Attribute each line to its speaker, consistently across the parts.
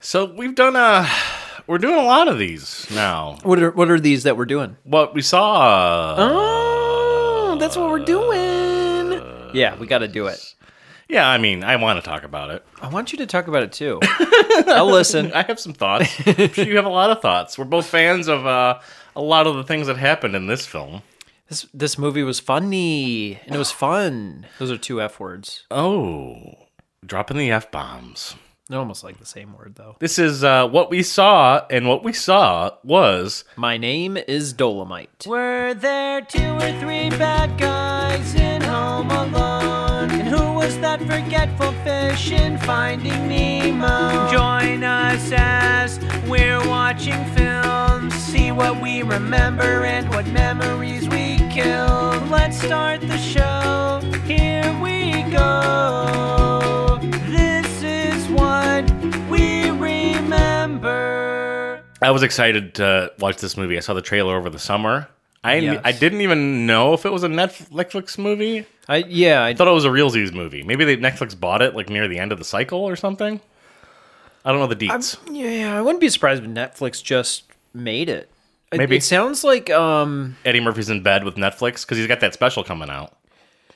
Speaker 1: So we've done a, we're doing a lot of these now.
Speaker 2: What are what are these that we're doing?
Speaker 1: What we saw. uh,
Speaker 2: Oh, that's what we're doing. Yeah, we got to do it.
Speaker 1: Yeah, I mean, I want to talk about it.
Speaker 2: I want you to talk about it too. I'll listen.
Speaker 1: I have some thoughts. I'm sure you have a lot of thoughts. We're both fans of uh, a lot of the things that happened in this film.
Speaker 2: This this movie was funny and it was fun. Those are two F words.
Speaker 1: Oh, dropping the f bombs.
Speaker 2: They're almost like the same word though.
Speaker 1: This is uh, what we saw, and what we saw was
Speaker 2: My name is Dolomite.
Speaker 3: Were there two or three bad guys in Home Alone? And who was that forgetful fish in Finding Nemo? Join us as we're watching films. See what we remember and what memories we killed. Let's start the show. Here we go. This is what we remember.
Speaker 1: I was excited to watch this movie. I saw the trailer over the summer. I
Speaker 2: Yes.
Speaker 1: I didn't even know if it was a Netflix movie. I
Speaker 2: I yeah, I
Speaker 1: thought it was a Realsies movie. Maybe they, Netflix bought it like near the end of the cycle or something. I don't know the deets.
Speaker 2: yeah, I wouldn't be surprised if Netflix just made it. It-
Speaker 1: Maybe.
Speaker 2: it sounds like um
Speaker 1: Eddie Murphy's in bed with Netflix because he's got that special coming out.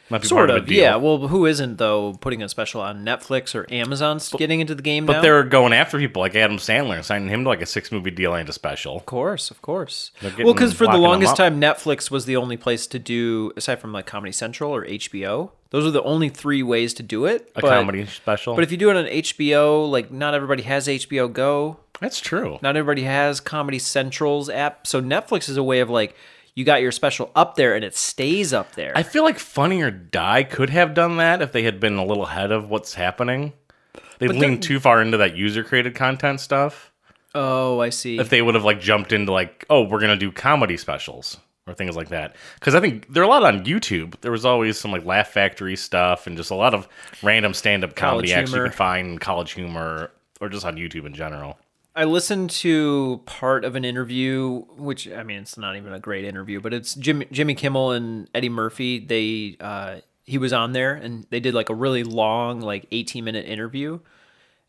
Speaker 1: Might be
Speaker 2: sort
Speaker 1: part of,
Speaker 2: of,
Speaker 1: a deal.
Speaker 2: yeah. Well, who isn't though putting a special on Netflix or Amazon getting into the game
Speaker 1: But
Speaker 2: now?
Speaker 1: they're going after people like Adam Sandler, signing him to like a six movie deal and a special.
Speaker 2: Of course, of course.
Speaker 1: getting-
Speaker 2: Well, because for the
Speaker 1: locking them
Speaker 2: longest
Speaker 1: up.
Speaker 2: time, Netflix was the only place to do, aside from like Comedy Central or HBO. Those are the only three ways to do it.
Speaker 1: A
Speaker 2: but-
Speaker 1: comedy special.
Speaker 2: But if you do it on HBO, like not everybody has HBO Go.
Speaker 1: That's true.
Speaker 2: Not everybody has Comedy Central's app. So Netflix is a way of like you got your special up there and it stays up there.
Speaker 1: I feel like Funny or Die could have done that if they had been a little ahead of what's happening. They
Speaker 2: But
Speaker 1: leaned
Speaker 2: the-
Speaker 1: too far into that user created content stuff.
Speaker 2: oh, I see.
Speaker 1: If they would have like jumped into like, oh, we're gonna do comedy specials or things like that, because I think there are a lot on YouTube. There was always some like Laugh Factory stuff and just a lot of random stand up comedy
Speaker 2: College
Speaker 1: acts you
Speaker 2: humor.
Speaker 1: can find in college humor or just on YouTube in general.
Speaker 2: I listened to part of an interview, which I mean, it's not even a great interview, but it's Jim, Jimmy Kimmel and Eddie Murphy. They uh, he was on there, and they did like a really long, like eighteen minute interview,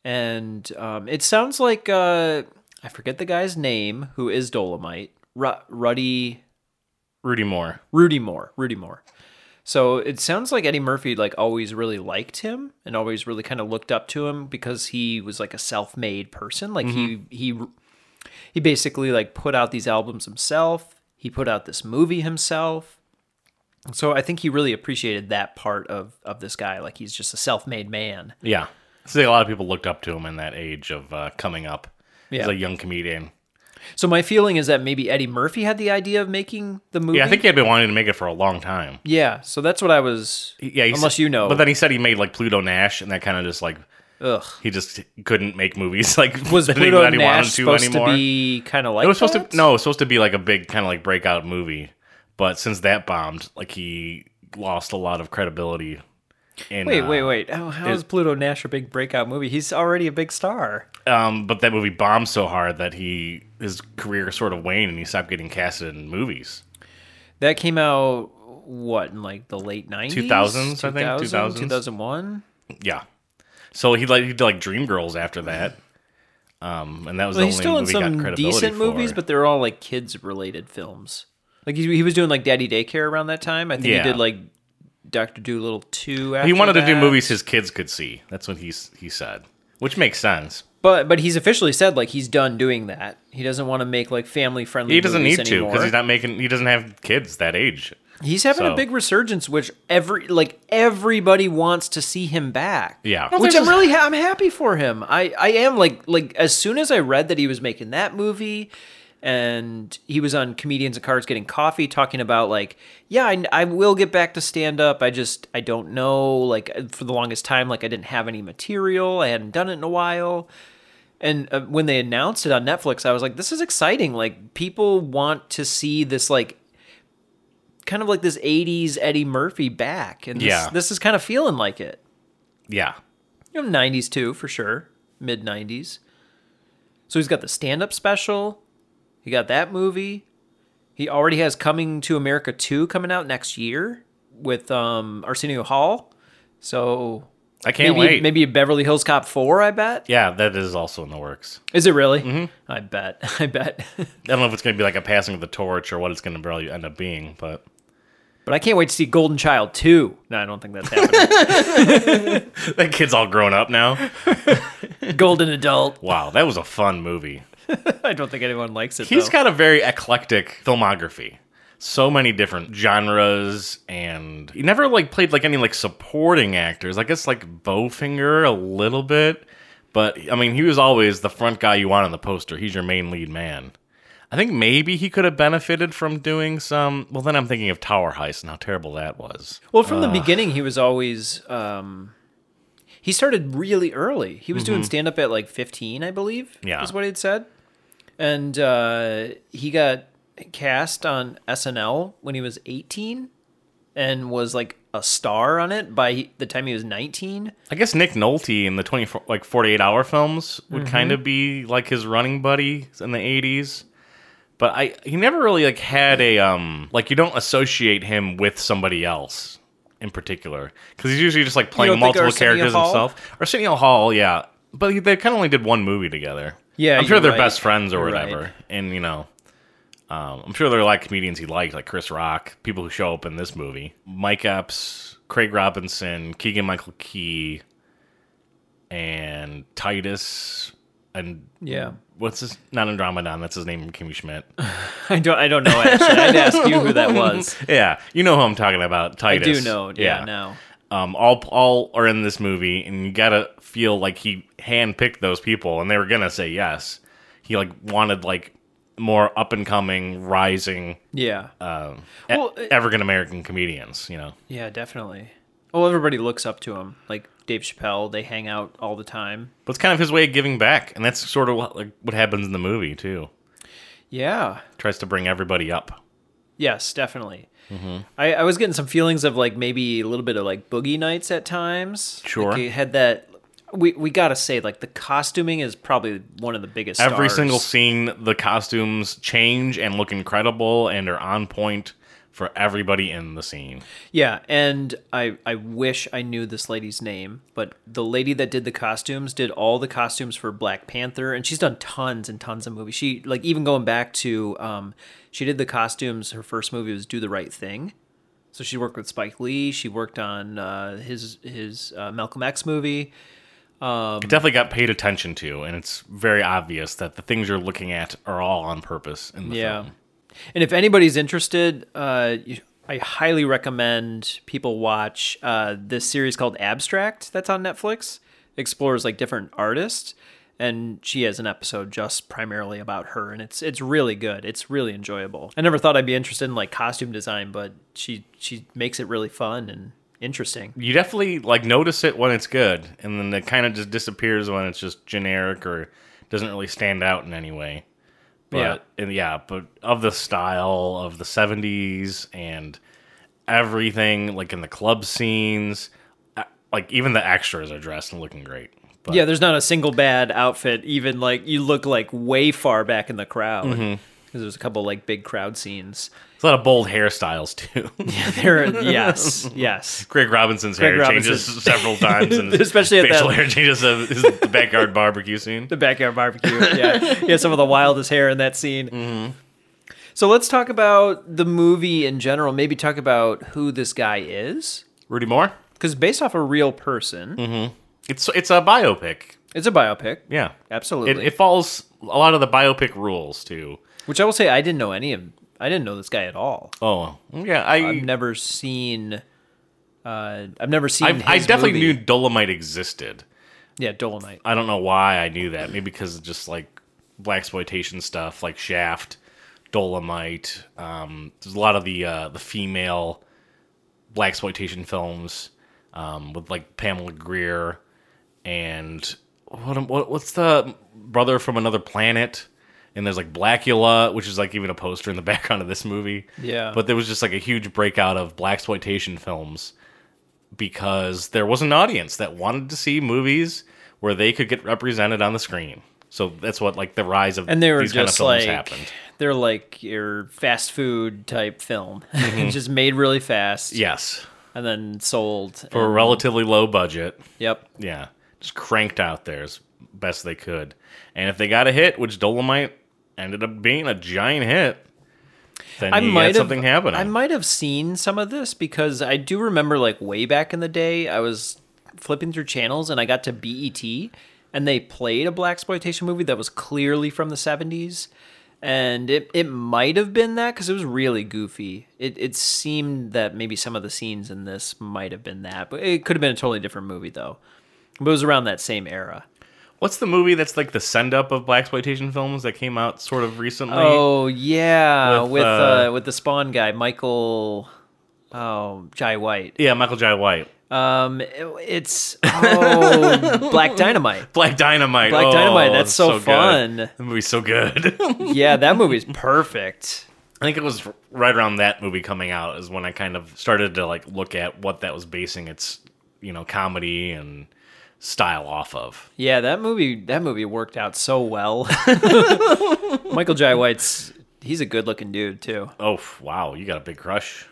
Speaker 2: and um, it sounds like uh, I forget the guy's name who is Dolomite, Ru- Ruddy
Speaker 1: Rudy Moore.
Speaker 2: Rudy Moore, Rudy Moore. So it sounds like Eddie Murphy like always really liked him and always really kind of looked up to him because he was like a self-made person. Like
Speaker 1: Mm-hmm.
Speaker 2: he he he basically like put out these albums himself. He put out this movie himself. So I think he really appreciated that part of of this guy. Like he's just a self-made man.
Speaker 1: Yeah, I think a lot of people looked up to him in that age of uh, coming up.
Speaker 2: Yeah.
Speaker 1: He's a young comedian.
Speaker 2: So my feeling is that maybe Eddie Murphy had the idea of making the movie.
Speaker 1: Yeah, I think he had been wanting to make it for a long time.
Speaker 2: Yeah. So that's what I was.
Speaker 1: Yeah, he
Speaker 2: Unless
Speaker 1: said-
Speaker 2: you know.
Speaker 1: But then he said he made like Pluto Nash, and that kind of just like
Speaker 2: Ugh.
Speaker 1: he just couldn't make movies like
Speaker 2: Was
Speaker 1: that he-
Speaker 2: Pluto
Speaker 1: that he wanted
Speaker 2: Nash supposed to be kind of like
Speaker 1: it was supposed
Speaker 2: that?
Speaker 1: to no, it was supposed to be like a big kind of like breakout movie, but since that bombed, like he lost a lot of credibility. uh, And,
Speaker 2: Wait, wait, wait. How, how is Pluto Nash a big breakout movie? He's already a big star.
Speaker 1: Um, but that movie bombed so hard that he his career sort of waned, and he stopped getting casted in movies.
Speaker 2: That came out, what, in like the late 90s?
Speaker 1: 2000s, I think, 2000s.
Speaker 2: 2001?
Speaker 1: Yeah, so he like he did like Dreamgirls after that. Um, and that was
Speaker 2: Mm-hmm. Well,
Speaker 1: the only
Speaker 2: he's still in
Speaker 1: movie he got
Speaker 2: some
Speaker 1: credibility
Speaker 2: decent
Speaker 1: for.
Speaker 2: movies, but they're all like kids related films. Like he, he was doing like Daddy Daycare around that time. I think
Speaker 1: Yeah.
Speaker 2: he did like Dr. Doolittle 2 after
Speaker 1: he wanted to do
Speaker 2: that.
Speaker 1: movies his kids could see. That's what he's he said, which makes sense.
Speaker 2: But but he's officially said like he's done doing that. He doesn't want to make like family friendly
Speaker 1: He doesn't need to
Speaker 2: anymore.
Speaker 1: because he's not making. He doesn't have kids that age.
Speaker 2: He's having
Speaker 1: So-
Speaker 2: a big resurgence, which every like everybody wants to see him back.
Speaker 1: Yeah.
Speaker 2: which I'm really ha- I'm happy for him. I I am like like as soon as I read that he was making that movie, and he was on comedians and cards getting coffee talking about like yeah I, I will get back to stand up. I just I don't know like for the longest time like I didn't have any material. I hadn't done it in a while. And uh, when they announced it on Netflix, I was like, "This is exciting! Like, people want to see this like kind of like this 80s Eddie Murphy back. And this,
Speaker 1: Yeah.
Speaker 2: this is kind of feeling like it.
Speaker 1: Yeah,
Speaker 2: You know, 90s too, for sure. Mid 90s. So he's got the stand up special. He got that movie. He already has Coming to America 2 coming out next year with um, Arsenio Hall. So
Speaker 1: I can't
Speaker 2: maybe,
Speaker 1: wait.
Speaker 2: Maybe Beverly Hills Cop Four. I bet.
Speaker 1: Yeah, that is also in the works.
Speaker 2: Is it really? I bet. I bet.
Speaker 1: I don't know if it's going to be like a passing of the torch or what it's going to really end up being, but
Speaker 2: but I can't wait to see Golden Child Two. No, I don't think that's happening.
Speaker 1: that kid's all grown up now.
Speaker 2: Golden Adult.
Speaker 1: Wow, that was a fun movie.
Speaker 2: I don't think anyone likes it.
Speaker 1: He's
Speaker 2: though.
Speaker 1: got a very eclectic filmography. So many different genres, and he never like played like any like supporting actors. I guess like Bowfinger a little bit, but I mean he was always the front guy you want on the poster. He's your main lead man. I think maybe he could have benefited from doing some. Well, then I'm thinking of Tower Heist and how terrible that was.
Speaker 2: Well, from the beginning, he was always. Um, he started really early. He was doing stand up at like 15, I believe.
Speaker 1: Yeah.
Speaker 2: Is what he'd said. And uh, he got cast on SNL when he was 18 and was like a star on it by the time he was 19.
Speaker 1: I guess Nick Nolte in the 24 like 48 hour films would
Speaker 2: Mm-hmm.
Speaker 1: kind of be like his running buddy in the 80s. But I he never really like had a um like you don't associate him with somebody else in particular cuz he's usually just like playing
Speaker 2: don't think
Speaker 1: multiple
Speaker 2: Arsenio
Speaker 1: characters
Speaker 2: Hall?
Speaker 1: himself. Arsenio Hall, yeah. But he, they kind of only did one movie together.
Speaker 2: Yeah,
Speaker 1: I'm sure
Speaker 2: you're
Speaker 1: they're
Speaker 2: right.
Speaker 1: best friends or
Speaker 2: You're right.
Speaker 1: whatever. And you know, um, I'm sure there are a lot of comedians he liked, like Chris Rock, people who show up in this movie. Mike Epps, Craig Robinson, Keegan Michael Key, and Titus, and
Speaker 2: Yeah.
Speaker 1: what's his? Not Andromedon, that's his name from Kimmy Schmidt.
Speaker 2: I don't I don't know actually. I'd ask you who that was.
Speaker 1: yeah, you know who I'm talking about,
Speaker 2: I
Speaker 1: Titus.
Speaker 2: do know. Yeah, now.
Speaker 1: Um, all all are in this movie, and you gotta feel like he handpicked those people, and they were gonna say yes. He like wanted like more up and coming, rising,
Speaker 2: Yeah.
Speaker 1: um,
Speaker 2: Well, uh,
Speaker 1: African American comedians. You know,
Speaker 2: yeah, definitely. Well, everybody looks up to him. Like Dave Chappelle, they hang out all the time.
Speaker 1: but it's kind of his way of giving back, and that's sort of what, like what happens in the movie too.
Speaker 2: Yeah.
Speaker 1: Tries to bring everybody up.
Speaker 2: Yes, definitely.
Speaker 1: Mm-hmm.
Speaker 2: I, I was getting some feelings of like maybe a little bit of like boogie nights at times.
Speaker 1: Sure.
Speaker 2: like it had that. We we gotta say like the costuming is probably one of the biggest.
Speaker 1: Every
Speaker 2: stars.
Speaker 1: single scene, the costumes change and look incredible, and are on point for everybody in the scene.
Speaker 2: Yeah, and I I wish I knew this lady's name, but the lady that did the costumes did all the costumes for Black Panther, and she's done tons and tons of movies. She like even going back to um, she did the costumes. Her first movie was Do the Right Thing, so she worked with Spike Lee. She worked on uh, his his uh, Malcolm X movie.
Speaker 1: It definitely got paid attention to, and it's very obvious that the things you're looking at are all on purpose in the
Speaker 2: Yeah.
Speaker 1: film.
Speaker 2: And if anybody's interested, uh, you- I highly recommend people watch uh, this series called Abstract that's on Netflix. Explores like different artists, and she has an episode just primarily about her, and it's it's really good. It's really enjoyable. I never thought I'd be interested in like costume design, but she she makes it really fun and interesting.
Speaker 1: You definitely like notice it when it's good, and then it kind of just disappears when it's just generic or doesn't really stand out in any way. But
Speaker 2: Yeah.
Speaker 1: and yeah, but of the style of the '70s and everything, like in the club scenes, uh, like even the extras are dressed and looking great. But
Speaker 2: yeah, there's not a single bad outfit. Even like you look like way far back in the crowd because there's a couple like big crowd scenes.
Speaker 1: there's a lot of bold hairstyles too.
Speaker 2: There, yes, yes.
Speaker 1: Greg Robinson's hair
Speaker 2: Robinson.
Speaker 1: changes several times, and his
Speaker 2: Especially at
Speaker 1: facial
Speaker 2: that-
Speaker 1: hair changes of his the backyard barbecue scene.
Speaker 2: the backyard barbecue. Yeah, he has some of the wildest hair in that scene.
Speaker 1: Mm-hmm.
Speaker 2: So let's talk about the movie in general. Maybe talk about who this guy is,
Speaker 1: Rudy Moore.
Speaker 2: because based off a real person,
Speaker 1: It's it's a biopic.
Speaker 2: it's a biopic.
Speaker 1: Mm-hmm. Yeah, it,
Speaker 2: Absolutely.
Speaker 1: it follows a lot of the biopic rules too.
Speaker 2: Which I will say, I didn't know any of. I didn't know this guy at all.
Speaker 1: Oh yeah, I
Speaker 2: I've never seen. Uh, I've never seen.
Speaker 1: I, I
Speaker 2: his
Speaker 1: definitely
Speaker 2: movie.
Speaker 1: knew Dolomite existed.
Speaker 2: Yeah, Dolomite.
Speaker 1: I don't know why I knew that. Maybe because of just like black exploitation stuff, like Shaft, Dolomite. Um, there's a lot of the uh, the female black exploitation films um, with like Pamela Greer and what, am- what what's the brother from another planet? And there's like Blackula, which is like even a poster in the background of this movie.
Speaker 2: Yeah.
Speaker 1: But there was just like a huge breakout of black exploitation films because there was an audience that wanted to see movies where they could get represented on the screen. So that's what like the rise of
Speaker 2: And they were
Speaker 1: these
Speaker 2: just
Speaker 1: kind of films
Speaker 2: like
Speaker 1: happened.
Speaker 2: they're
Speaker 1: Mm-hmm.
Speaker 2: like your fast food type film, just made really fast.
Speaker 1: Yes.
Speaker 2: and then sold.
Speaker 1: for a relatively low budget.
Speaker 2: yep.
Speaker 1: Yeah, just cranked out there as best they could. And if they got a hit, which Dolomite ended up being a giant hit, then
Speaker 2: I
Speaker 1: you
Speaker 2: might
Speaker 1: had
Speaker 2: have
Speaker 1: something happening.
Speaker 2: I might have seen some of this because I do remember, like way back in the day, I was flipping through channels and I got to BET, and they played a black exploitation movie that was clearly from the seventies, and it it might have been that because it was really goofy. It it seemed that maybe some of the scenes in this might have been that, but it could have been a totally different movie though. But it was around that same era.
Speaker 1: What's the movie that's like the send up of black exploitation films that came out sort of recently?
Speaker 2: Oh yeah,
Speaker 1: With,
Speaker 2: with,
Speaker 1: uh,
Speaker 2: uh, with the Spawn guy, Michael, oh Jai White.
Speaker 1: Yeah, Michael J. White.
Speaker 2: Um, it- it's oh, Black Dynamite.
Speaker 1: Black Dynamite.
Speaker 2: Black
Speaker 1: Oh,
Speaker 2: Dynamite, that's so
Speaker 1: good.
Speaker 2: fun.
Speaker 1: That movie's so good.
Speaker 2: Yeah, that movie's perfect.
Speaker 1: I think it was right around that movie coming out is when I kind of started to like look at what that was basing its, you know, comedy and style off of.
Speaker 2: Yeah, that movie that movie worked out so well. Michael Jai White's he's a good looking dude too.
Speaker 1: Oh wow, you got a big crush.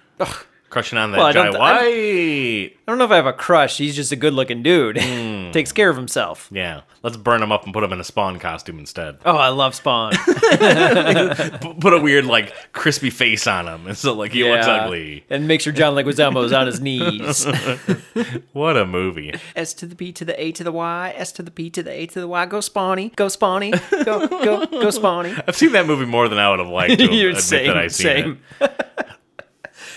Speaker 1: Crushing on that
Speaker 2: Well, I
Speaker 1: Jai
Speaker 2: don't- I
Speaker 1: White.
Speaker 2: I don't know if I have a crush. He's just a good looking dude.
Speaker 1: Hmm.
Speaker 2: Takes care of himself.
Speaker 1: Yeah, let's burn him up and put him in a Spawn costume instead.
Speaker 2: Oh, I love Spawn.
Speaker 1: P- put a weird like crispy face on him, and so like he looks
Speaker 2: Yeah.
Speaker 1: ugly.
Speaker 2: And make sure John Leguizamo's on his knees.
Speaker 1: What a movie!
Speaker 2: S to the B to the A to the Y. S to the P to the A to the Y. Go Spawny. Go Spawny. Go go go Spawny.
Speaker 1: I've seen that movie more than I would have liked to admit that I seen it.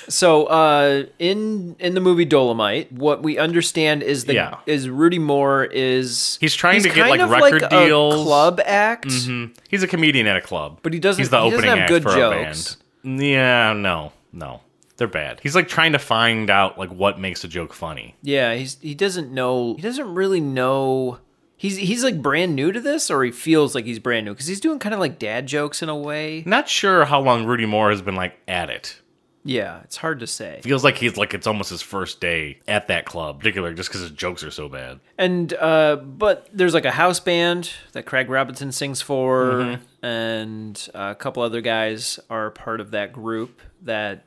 Speaker 2: so uh, in in the movie Dolomite, what we understand is the
Speaker 1: Yeah.
Speaker 2: is Rudy Moore is
Speaker 1: He's trying to get,
Speaker 2: kind
Speaker 1: like,
Speaker 2: of
Speaker 1: record
Speaker 2: like a
Speaker 1: deals.
Speaker 2: club act.
Speaker 1: He's a comedian at a club,
Speaker 2: But he doesn't-
Speaker 1: He's the
Speaker 2: he doesn't
Speaker 1: opening
Speaker 2: have
Speaker 1: act
Speaker 2: good
Speaker 1: for
Speaker 2: jokes.
Speaker 1: a band. Yeah, no, no, they're bad. He's like trying to find out like what makes a joke funny.
Speaker 2: Yeah, he's he doesn't know he doesn't really know. He's he's like brand new to this, or he feels like he's brand new because he's doing kind of like dad jokes in a way.
Speaker 1: Not sure how long Rudy Moore has been like at it.
Speaker 2: Yeah, it's hard to say.
Speaker 1: Feels like he's like it's almost his first day at that club, particularly just because his jokes are so bad.
Speaker 2: And uh, but there's like a house band that Craig Robinson sings for, and a couple other guys are part of that group. That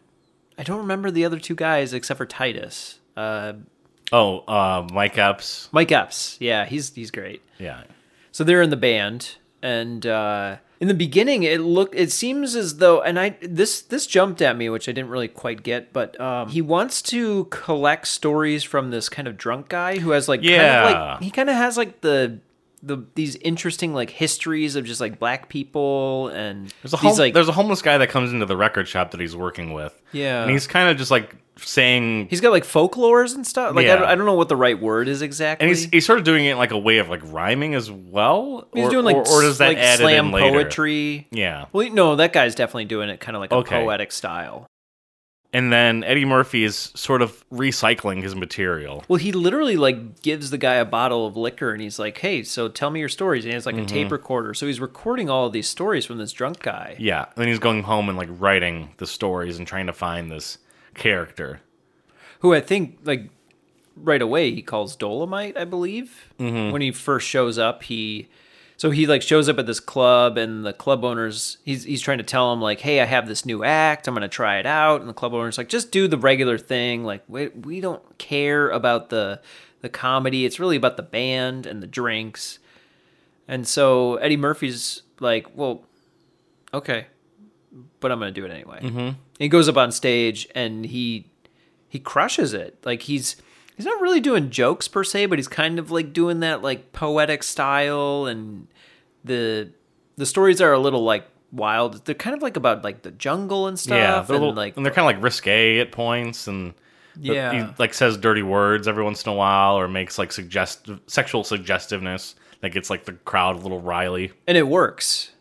Speaker 2: I don't remember the other two guys except for Titus, uh,
Speaker 1: Oh, uh, Mike Epps.
Speaker 2: Mike Epps. Yeah, he's he's great.
Speaker 1: Yeah,
Speaker 2: So they're in the band, and uh, in the beginning, it look it seems as though, and I this this jumped at me, which I didn't really quite get, but um, he wants to collect stories from this kind of drunk guy who has like kind of
Speaker 1: Yeah.
Speaker 2: like he kind of has like the. The, these interesting like histories of just like black people and
Speaker 1: There's a,
Speaker 2: these
Speaker 1: home,
Speaker 2: like
Speaker 1: there's a homeless guy that comes into the record shop that he's working with.
Speaker 2: Yeah.
Speaker 1: And he's kind of just like saying,
Speaker 2: he's got like folklores and stuff like I,
Speaker 1: Yeah.
Speaker 2: don't, I don't know what the right word is exactly
Speaker 1: and he's, he's sort of doing it in like a way of like rhyming as well.
Speaker 2: He's
Speaker 1: or,
Speaker 2: doing like
Speaker 1: or, or does that
Speaker 2: like
Speaker 1: add
Speaker 2: slam
Speaker 1: it in later?
Speaker 2: poetry
Speaker 1: Yeah.
Speaker 2: well no that guy's definitely doing it kind of like a
Speaker 1: Okay.
Speaker 2: poetic style
Speaker 1: And then Eddie Murphy is sort of recycling his material.
Speaker 2: Well, he literally like gives the guy a bottle of liquor and he's like, "Hey, so tell me your stories." And he has like a tape recorder, so he's recording all of these stories from this drunk guy.
Speaker 1: Yeah. And then he's going home and like writing the stories and trying to find this character.
Speaker 2: Who I think like right away he calls Dolomite, I believe. When he first shows up, he so he like shows up at this club and the club owner's he's he's trying to tell him like, "Hey, I have this new act. I'm going to try it out." And the club owner's like, "Just do the regular thing. Like we we don't care about the the comedy. It's really about the band and the drinks." And so Eddie Murphy's like, "Well, okay, but I'm gonna do it anyway." Mm-hmm. He goes up on stage and he he crushes it. Like he's he's not really doing jokes per se, but he's kind of like doing that like poetic style, and the the stories are a little like wild. They're kind of like about like the jungle and stuff,
Speaker 1: yeah.
Speaker 2: and
Speaker 1: They're a little-
Speaker 2: like
Speaker 1: and they're kind of like risque at points. And the-
Speaker 2: yeah,
Speaker 1: he like says dirty words every once in a while or makes like suggest sexual suggestiveness that gets like the crowd a little riley.
Speaker 2: and it works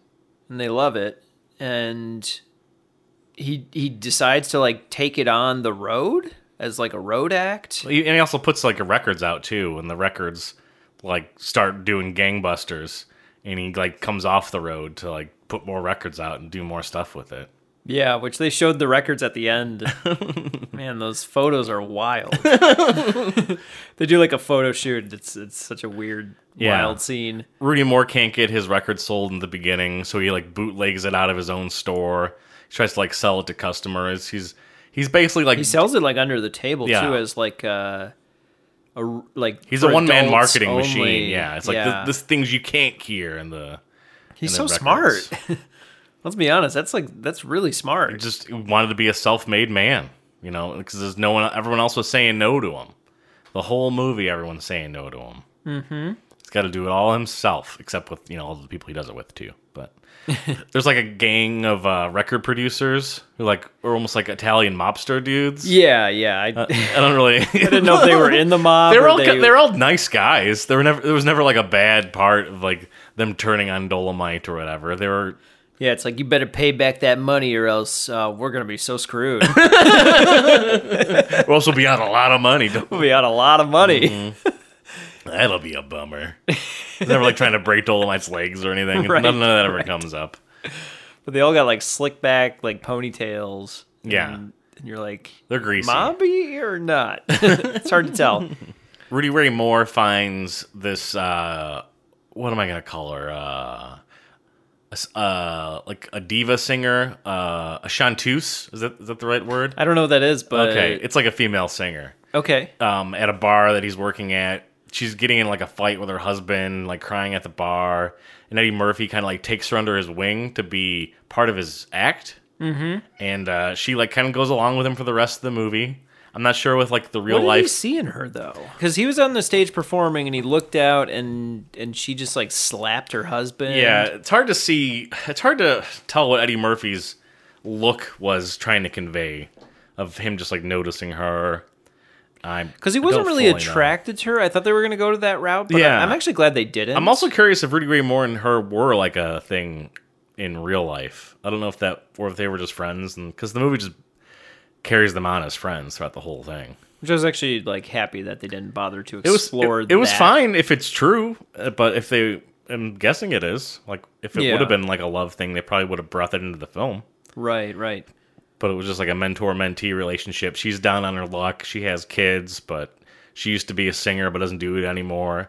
Speaker 2: and they love it and he he decides to like take it on the road as like a road act
Speaker 1: He- And he also puts like records out too, and the records like start doing gangbusters, and he like comes off the road to like put more records out and do more stuff with it.
Speaker 2: yeah which they showed the records at the end man those photos are wild they do like a photo shoot it's it's such a weird
Speaker 1: Yeah.
Speaker 2: wild scene
Speaker 1: Rudy Moore can't get his record sold in the beginning, so he like bootlegs it out of his own store. He tries to like sell it to customers. He's He's basically like
Speaker 2: He sells it like under the table
Speaker 1: Yeah.
Speaker 2: too, as like uh, a r- like
Speaker 1: he's a
Speaker 2: for
Speaker 1: one man
Speaker 2: adults
Speaker 1: marketing
Speaker 2: only.
Speaker 1: machine. Yeah, it's like
Speaker 2: Yeah.
Speaker 1: The, this things you can't hear in the.
Speaker 2: He's so
Speaker 1: and the
Speaker 2: smart.
Speaker 1: records.
Speaker 2: Let's be honest. That's like that's really smart.
Speaker 1: Just wanted to be a self made man, you know, because there's no one. Everyone else was saying no to him. The whole movie, everyone's saying no to him. Mm-hmm. He's got to do it all himself, except with you know all the people he does it with too. But there's like a gang of uh, record producers who like are almost like Italian mobster dudes.
Speaker 2: yeah, yeah. I, I
Speaker 1: I don't really. I
Speaker 2: didn't know if they were in the mob.
Speaker 1: they were
Speaker 2: or
Speaker 1: Uh, all
Speaker 2: they,
Speaker 1: they, are all nice guys. There were never there was never like a bad part of like them turning on Dolomite or whatever. They were
Speaker 2: Yeah, it's like you better pay back that money or else uh, we're gonna be so screwed.
Speaker 1: we'll also be out a lot of money. Don't-
Speaker 2: we had a lot of money.
Speaker 1: Mm-hmm. That'll be a bummer. They're never like trying to break Dolomite's legs or anything.
Speaker 2: Right,
Speaker 1: None, none of that ever comes up.
Speaker 2: But they all got like slick back, like ponytails.
Speaker 1: Yeah.
Speaker 2: And, and you're like,
Speaker 1: They're greasy.
Speaker 2: mobby or not? it's hard to tell.
Speaker 1: Rudy Ray Moore finds this. Uh, what am I gonna call her? Uh, a s- uh, like a diva singer, uh, a chanteuse. Is that is that the right word?
Speaker 2: I don't know what that is, but
Speaker 1: Okay,
Speaker 2: okay.
Speaker 1: it's like a female singer.
Speaker 2: Okay.
Speaker 1: um, at a bar that he's working at. She's getting in like a fight with her husband, like crying at the bar. And Eddie Murphy kind of like takes her under his wing to be part of his act. Mm-hmm. And uh, she like kind of goes along with him for the rest of the movie. I'm not sure with like the real
Speaker 2: What did
Speaker 1: life.
Speaker 2: he see in her though? Because he was on the stage performing and he looked out and and she just like slapped her husband.
Speaker 1: Yeah, it's hard to see. It's hard to tell what Eddie Murphy's look was trying to convey of him just like noticing her.
Speaker 2: Because he wasn't really
Speaker 1: attractive.
Speaker 2: attracted to her. I thought they were going to go to that route, but
Speaker 1: Yeah.
Speaker 2: I, am actually glad they didn't.
Speaker 1: I'm also curious if Rudy Ray Moore and her were like a thing in real life. I don't know if that or if they were just friends, and because the movie just carries them on as friends throughout the whole thing.
Speaker 2: which I was actually like happy that they didn't bother to
Speaker 1: It was
Speaker 2: explore.
Speaker 1: it, it was
Speaker 2: that.
Speaker 1: fine if it's true, uh, but if they, I'm guessing it is. Like if it
Speaker 2: Yeah.
Speaker 1: would have been like a love thing, they probably would have brought that into the film.
Speaker 2: Right, right.
Speaker 1: But it was just like a mentor mentee relationship. She's down on her luck. She has kids, but she used to be a singer, but doesn't do it anymore.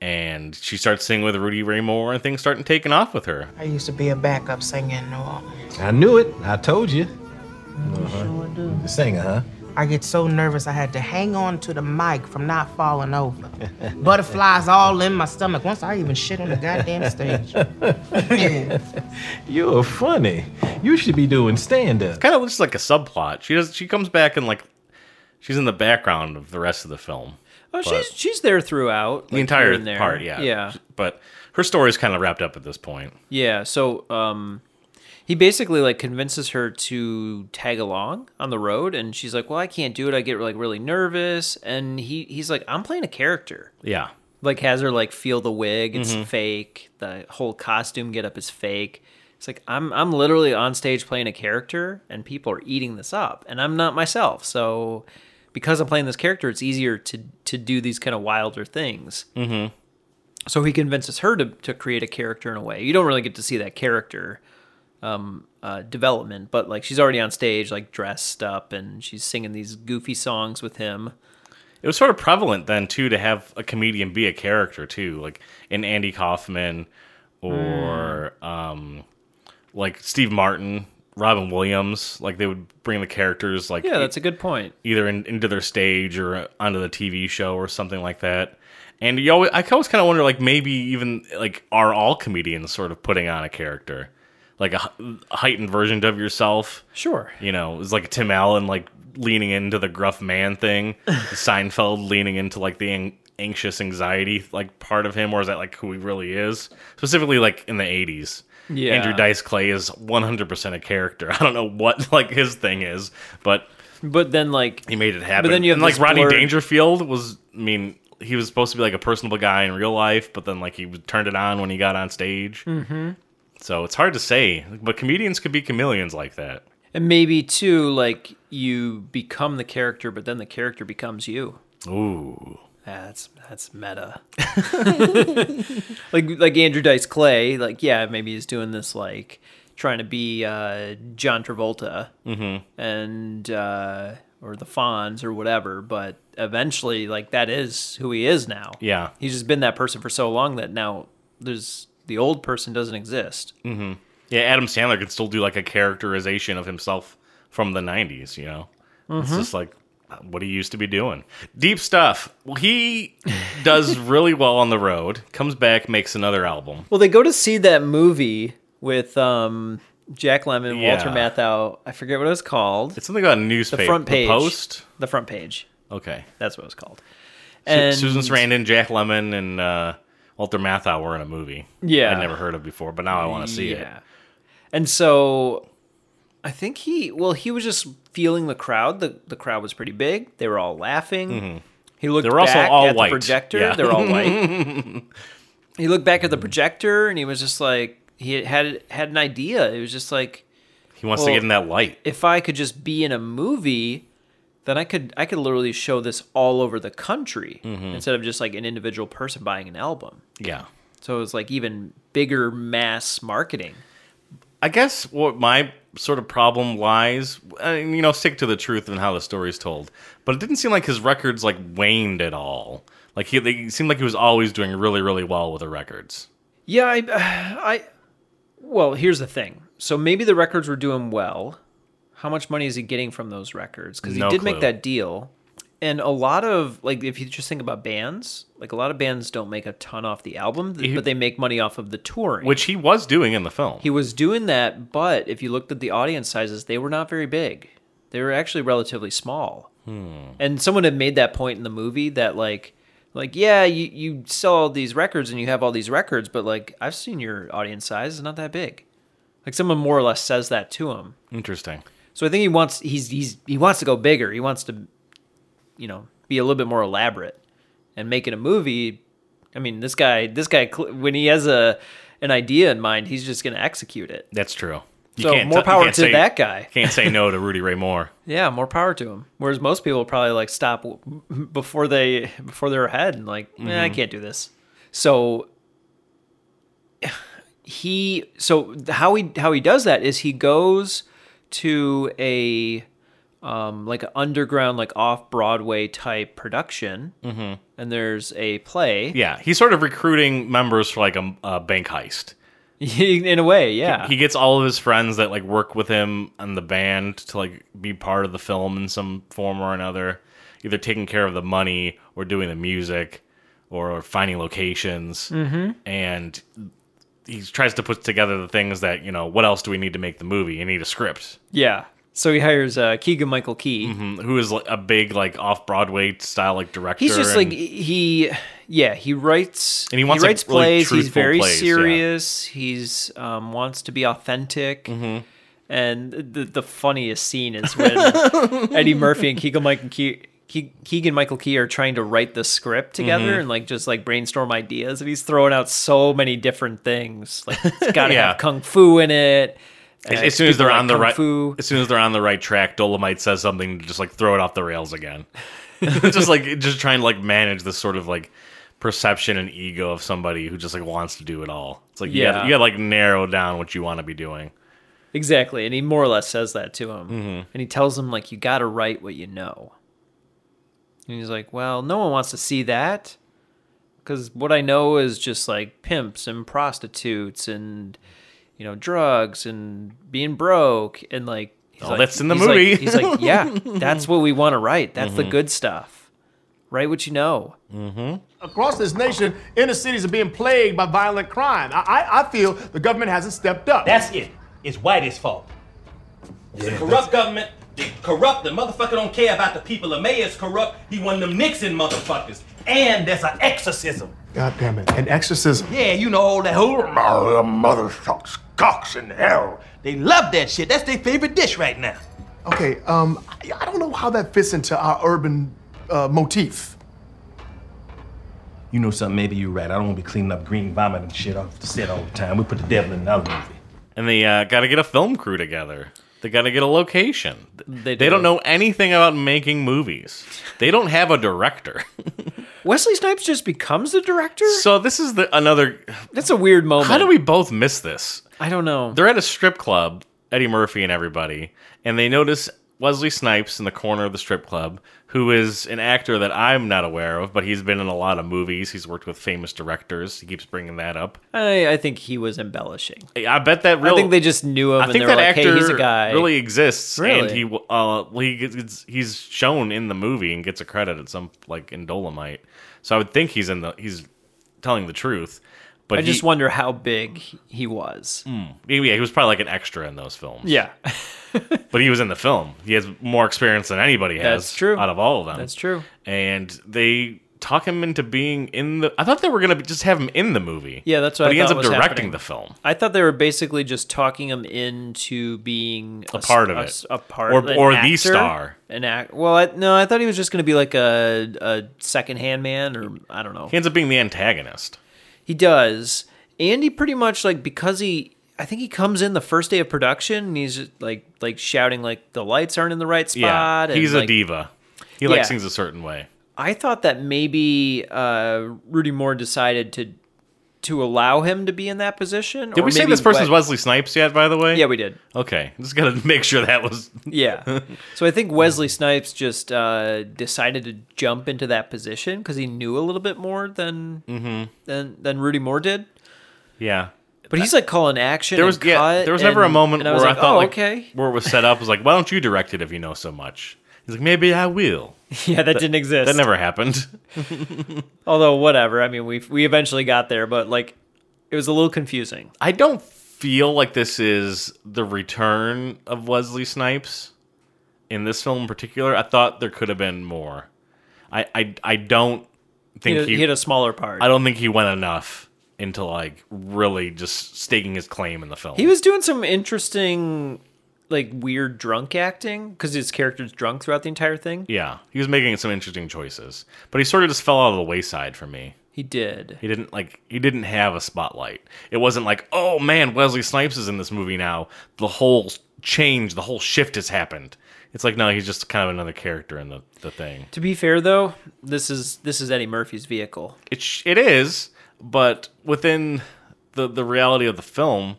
Speaker 1: And she starts singing with Rudy Ray Moore, and things starting taking off with her.
Speaker 4: I used to be a backup singer in New Orleans.
Speaker 5: I knew it. I told you. The singer, huh?
Speaker 4: I get so nervous I had to hang on to the mic from not falling over. Butterflies all in my stomach. Once I even shit on the goddamn stage. Yeah.
Speaker 5: You're funny. You should be doing stand up.
Speaker 1: kind of looks like a subplot. She does. She comes back and like she's in the background of the rest of the film,
Speaker 2: Oh, she's she's there throughout
Speaker 1: the entire
Speaker 2: there.
Speaker 1: part. Yeah,
Speaker 2: yeah,
Speaker 1: But her story's kind of wrapped up at this point.
Speaker 2: yeah. So, um, he basically like convinces her to tag along on the road, and she's like, "Well, I can't do it. I get like really nervous." And he he's like, "I'm playing a character."
Speaker 1: Yeah,
Speaker 2: Like has her like feel the wig. It's fake. The whole costume getup is fake. It's like I'm I'm literally on stage playing a character, and people are eating this up, and I'm not myself. So. Because I'm playing this character, it's easier to to do these kind of wilder things. so he convinces her to, to create a character in a way you don't really get to see that character um, uh, development but like she's already on stage like dressed up and she's singing these goofy songs with him
Speaker 1: it was sort of prevalent then too to have a comedian be a character too, like in Andy Kaufman or
Speaker 2: Mm.
Speaker 1: um, like Steve Martin, Robin Williams. Like they would bring the characters like
Speaker 2: yeah that's a good point
Speaker 1: either in, into their stage or onto the TV show or something like that. And you always, I always kind of wonder, like maybe even like are all comedians sort of putting on a character, like a, h- a heightened version of yourself?
Speaker 2: sure
Speaker 1: You know, it's like Tim Allen like leaning into the gruff man thing, Seinfeld leaning into like the an- anxious anxiety like part of him, or is that like who he really is? Specifically, like in the eighties.
Speaker 2: Yeah.
Speaker 1: Andrew Dice Clay is 100% a character. I don't know what like his thing is, but
Speaker 2: but then like
Speaker 1: he made it happen.
Speaker 2: then you have
Speaker 1: and like
Speaker 2: this
Speaker 1: Rodney
Speaker 2: blurred-
Speaker 1: Dangerfield was. I mean, he was supposed to be like a personable guy in real life, but then like he turned it on when he got on stage. Mm-hmm. So it's hard to say, but comedians could be chameleons like that.
Speaker 2: and maybe too like you become the character but then the character becomes you
Speaker 1: Ooh,
Speaker 2: Yeah, that's that's meta. like like Andrew Dice Clay, like yeah, maybe he's doing this like trying to be uh, John Travolta and uh, or the Fonz or whatever, but eventually like that is who he is now.
Speaker 1: Yeah.
Speaker 2: he's just been that person for so long that now there's the old person doesn't exist.
Speaker 1: yeah. Adam Sandler could still do like a characterization of himself from the '90s. You know,
Speaker 2: Mm-hmm.
Speaker 1: It's just like what he used to be doing. Deep stuff. Well, he does really well on the road. Comes back, makes another album.
Speaker 2: Well, they go to see that movie with um, Jack Lemon, Walter
Speaker 1: Yeah.
Speaker 2: Matthau. I forget what it was called.
Speaker 1: It's something about a newspaper.
Speaker 2: the front page.
Speaker 1: Post.
Speaker 2: The front page.
Speaker 1: Okay.
Speaker 2: That's what it was called.
Speaker 1: Su-
Speaker 2: And
Speaker 1: Susan Sarandon, Jack Lemmon, and uh, Walter Matthau were in a movie.
Speaker 2: Yeah.
Speaker 1: I never heard of before, but now I want to see it.
Speaker 2: And so I think he well, he was just feeling the crowd. The the crowd was pretty big. They were all laughing. He looked
Speaker 1: They were Mm-hmm. also
Speaker 2: back
Speaker 1: all
Speaker 2: at
Speaker 1: white.
Speaker 2: the projector.
Speaker 1: Yeah.
Speaker 2: They're all white. he looked back at the projector and he was just like he had had an idea. It was just like
Speaker 1: He wants to
Speaker 2: Well-
Speaker 1: get in that light.
Speaker 2: if I could just be in a movie, then I could I could literally show this all over the country
Speaker 1: Mm-hmm.
Speaker 2: instead of just like an individual person buying an album.
Speaker 1: Yeah.
Speaker 2: So it was like even bigger mass marketing.
Speaker 1: I guess what my sort of problem lies, and you know, stick to the truth and how the story's told. But it didn't seem like his records like waned at all. Like he, they, it seemed like he was always doing really, really well with the records.
Speaker 2: Yeah, I, I, well, here's the thing. So maybe the records were doing well. How much money is he getting from those records? Because he
Speaker 1: No
Speaker 2: did
Speaker 1: clue.
Speaker 2: make that deal, and a lot of like, if you just think about bands, like a lot of bands don't make a ton off the album, th-
Speaker 1: He-
Speaker 2: but they make money off of the touring.
Speaker 1: which he was doing in the film.
Speaker 2: he was doing that, but if you looked at the audience sizes, they were not very big. They were actually relatively small. And someone had made that point in the movie that like like yeah, you you sell all these records and you have all these records, but like I've seen your audience size is not that big. Like someone more or less says that to him.
Speaker 1: Interesting.
Speaker 2: So I think he wants he's he's he wants to go bigger. He wants to you know, be a little bit more elaborate and making a movie. I mean, this guy this guy cl- when he has a an idea in mind, he's just going to execute it.
Speaker 1: That's true. You
Speaker 2: So
Speaker 1: can't
Speaker 2: more
Speaker 1: t- you
Speaker 2: power to
Speaker 1: can't say-
Speaker 2: that guy.
Speaker 1: Can't say no to Rudy Ray Moore.
Speaker 2: Yeah, more power to him. Whereas most people probably like stop w- before they before they're ahead and like, "Eh, I
Speaker 1: Mm-hmm.
Speaker 2: can't do this. So he so how he how he does that is he goes to a um, like an underground like off Broadway type production, mm-hmm. and there's a play
Speaker 1: Yeah, he's sort of recruiting members for like a, a bank heist.
Speaker 2: in a way, yeah.
Speaker 1: He gets all of his friends that like work with him and the band to like be part of the film in some form or another, either taking care of the money or doing the music or finding locations. Mm-hmm. And he tries to put together the things that you know. What else do we need to make the movie? You need a script. Hmm,
Speaker 2: yeah. So he hires uh, Keegan Michael Key.
Speaker 1: Who is like, a big like off Broadway style like director?
Speaker 2: He's just like
Speaker 1: and-
Speaker 2: he, yeah. He writes
Speaker 1: And he wants, like,
Speaker 2: writes
Speaker 1: really
Speaker 2: plays. he's
Speaker 1: truthful
Speaker 2: very
Speaker 1: plays, yeah.
Speaker 2: serious. He's um, wants to be authentic.
Speaker 1: Mm-hmm.
Speaker 2: And the the funniest scene is when Eddie Murphy and Keegan Michael Key. Ke- Keegan Michael Key are trying to write the script together
Speaker 1: Mm-hmm.
Speaker 2: and like just like brainstorm ideas, and he's throwing out so many different things. Like it's got to
Speaker 1: Yeah.
Speaker 2: have kung fu in it.
Speaker 1: as,
Speaker 2: and
Speaker 1: as soon as
Speaker 2: people
Speaker 1: they're
Speaker 2: like
Speaker 1: on the
Speaker 2: kung
Speaker 1: right,
Speaker 2: fu.
Speaker 1: as soon as they're on the right track, Dolomite says something to just like throw it off the rails again. just like just trying to like manage this sort of like perception and ego of somebody who just like wants to do it all. It's like yeah,
Speaker 2: Yeah.
Speaker 1: you gotta like narrow down what you want to be doing.
Speaker 2: Exactly, and he more or less says that to him,
Speaker 1: Mm-hmm.
Speaker 2: and he tells him like, "You got to write what you know." And he's like, "Well, no one wants to see that, because what I know is just like pimps and prostitutes and you know drugs and being broke and like." he's
Speaker 1: All
Speaker 2: like-
Speaker 1: that's in the
Speaker 2: he's like-
Speaker 1: movie. Mm-hmm.
Speaker 2: he's like, "Yeah, that's what we want to write. That's the good stuff. Write what you know."
Speaker 6: Across this nation, inner cities are being plagued by violent crime. I, I, I feel the government hasn't stepped up.
Speaker 7: That's it. It's Whitey's fault. It's a corrupt government. They corrupt. The motherfucker don't care about the people. The mayor's corrupt. He one of them Nixon motherfuckers. And there's an exorcism.
Speaker 6: God damn it. An exorcism.
Speaker 7: Yeah, you know all that whole
Speaker 6: Oh, mother sucks cocks in hell.
Speaker 7: They love that shit. That's their favorite dish right now.
Speaker 6: Okay, um, I, I don't know how that fits into our urban uh, motif.
Speaker 7: You know something? Maybe you're right. I don't want to be cleaning up green vomit and shit off the set all the time. We put the devil in another movie.
Speaker 1: And they uh, gotta get a film crew together. They gotta get a location. They,
Speaker 2: do.
Speaker 1: don't know anything about making movies. They don't have a director.
Speaker 2: Wesley Snipes just becomes the director.
Speaker 1: so this is the another.
Speaker 2: That's a weird moment.
Speaker 1: How do we both miss this?
Speaker 2: I don't know.
Speaker 1: they're at a strip club, Eddie Murphy and everybody, and they notice Wesley Snipes in the corner of the strip club, who is an actor that I'm not aware of, but he's been in a lot of movies. He's worked with famous directors. He keeps bringing that up.
Speaker 2: I, I think he was embellishing.
Speaker 1: I I bet that real.
Speaker 2: I think they just knew him
Speaker 1: I
Speaker 2: and
Speaker 1: think
Speaker 2: they were
Speaker 1: that
Speaker 2: like,
Speaker 1: actor
Speaker 2: "Hey, he's a guy."
Speaker 1: really exists, and
Speaker 2: Really?
Speaker 1: he w- uh he gets, he's shown in the movie and gets a credit at some like in Dolomite. So I would think he's in the he's telling the truth. But
Speaker 2: I
Speaker 1: he, Mm.
Speaker 2: just wonder how big he was.
Speaker 1: yeah, he was probably like an extra in those films.
Speaker 2: Yeah,
Speaker 1: but he was in the film. He has more experience than anybody has.
Speaker 2: That's true.
Speaker 1: Out of all of them,
Speaker 2: That's true.
Speaker 1: And they talk him into being in the. I thought they were gonna be- just have him in the movie.
Speaker 2: Yeah, that's what
Speaker 1: But
Speaker 2: I
Speaker 1: he ends
Speaker 2: thought
Speaker 1: up
Speaker 2: was
Speaker 1: directing
Speaker 2: happening.
Speaker 1: the film.
Speaker 2: I thought they were basically just talking him into being
Speaker 1: A part of
Speaker 2: s- a
Speaker 1: it.
Speaker 2: s- a, part
Speaker 1: Or-
Speaker 2: an
Speaker 1: or the
Speaker 2: actor,
Speaker 1: star.
Speaker 2: an act. Well, I, no, I thought he was just going to be like a a second hand man, or I don't know.
Speaker 1: He ends up being the antagonist.
Speaker 2: He does. And he pretty much like because he I think he comes in the first day of production and he's just, like like shouting like the lights aren't in the right spot.
Speaker 1: Yeah,
Speaker 2: and,
Speaker 1: he's a
Speaker 2: like,
Speaker 1: diva. He like
Speaker 2: Yeah.
Speaker 1: sings a certain way.
Speaker 2: I thought that maybe uh, Rudy Moore decided to to allow him to be in that position.
Speaker 1: Did we say this person's Wesley Snipes yet? By the way.
Speaker 2: Yeah, we did.
Speaker 1: Okay, just gotta make sure that was.
Speaker 2: Yeah. so I think Wesley Snipes just uh, decided to jump into that position because he knew a little bit more than
Speaker 1: Mm-hmm.
Speaker 2: than than Rudy Moore did.
Speaker 1: Yeah.
Speaker 2: But he's like calling action.
Speaker 1: There was
Speaker 2: and
Speaker 1: yeah.
Speaker 2: cut,
Speaker 1: There was never a
Speaker 2: and-
Speaker 1: moment
Speaker 2: and I
Speaker 1: where
Speaker 2: was
Speaker 1: I thought
Speaker 2: oh,
Speaker 1: like
Speaker 2: okay,
Speaker 1: where it was set up was like, why don't you direct it if you know so much? He's like, maybe I will.
Speaker 2: Yeah, that, didn't exist.
Speaker 1: That never happened.
Speaker 2: Although whatever. I mean, we we eventually got there, but like it was a little confusing.
Speaker 1: I don't feel like this is the return of Wesley Snipes in this film in particular. I thought there could have been more. I I, I don't
Speaker 2: He,
Speaker 1: think
Speaker 2: had-
Speaker 1: he,
Speaker 2: he had a smaller part.
Speaker 1: I don't think he went enough into like really just staking his claim in the film.
Speaker 2: he was doing some interesting like weird drunk acting because his character's drunk throughout the entire thing.
Speaker 1: yeah, he was making some interesting choices, but he sort of just fell out of the wayside for me.
Speaker 2: He did.
Speaker 1: He didn't like he didn't have a spotlight. It wasn't like, "Oh man, Wesley Snipes is in this movie now. The whole change, the whole shift has happened." It's like, no, he's just kind of another character in the, the thing.
Speaker 2: To be fair though, this is this is Eddie Murphy's vehicle.
Speaker 1: It sh- it is, but within the the reality of the film,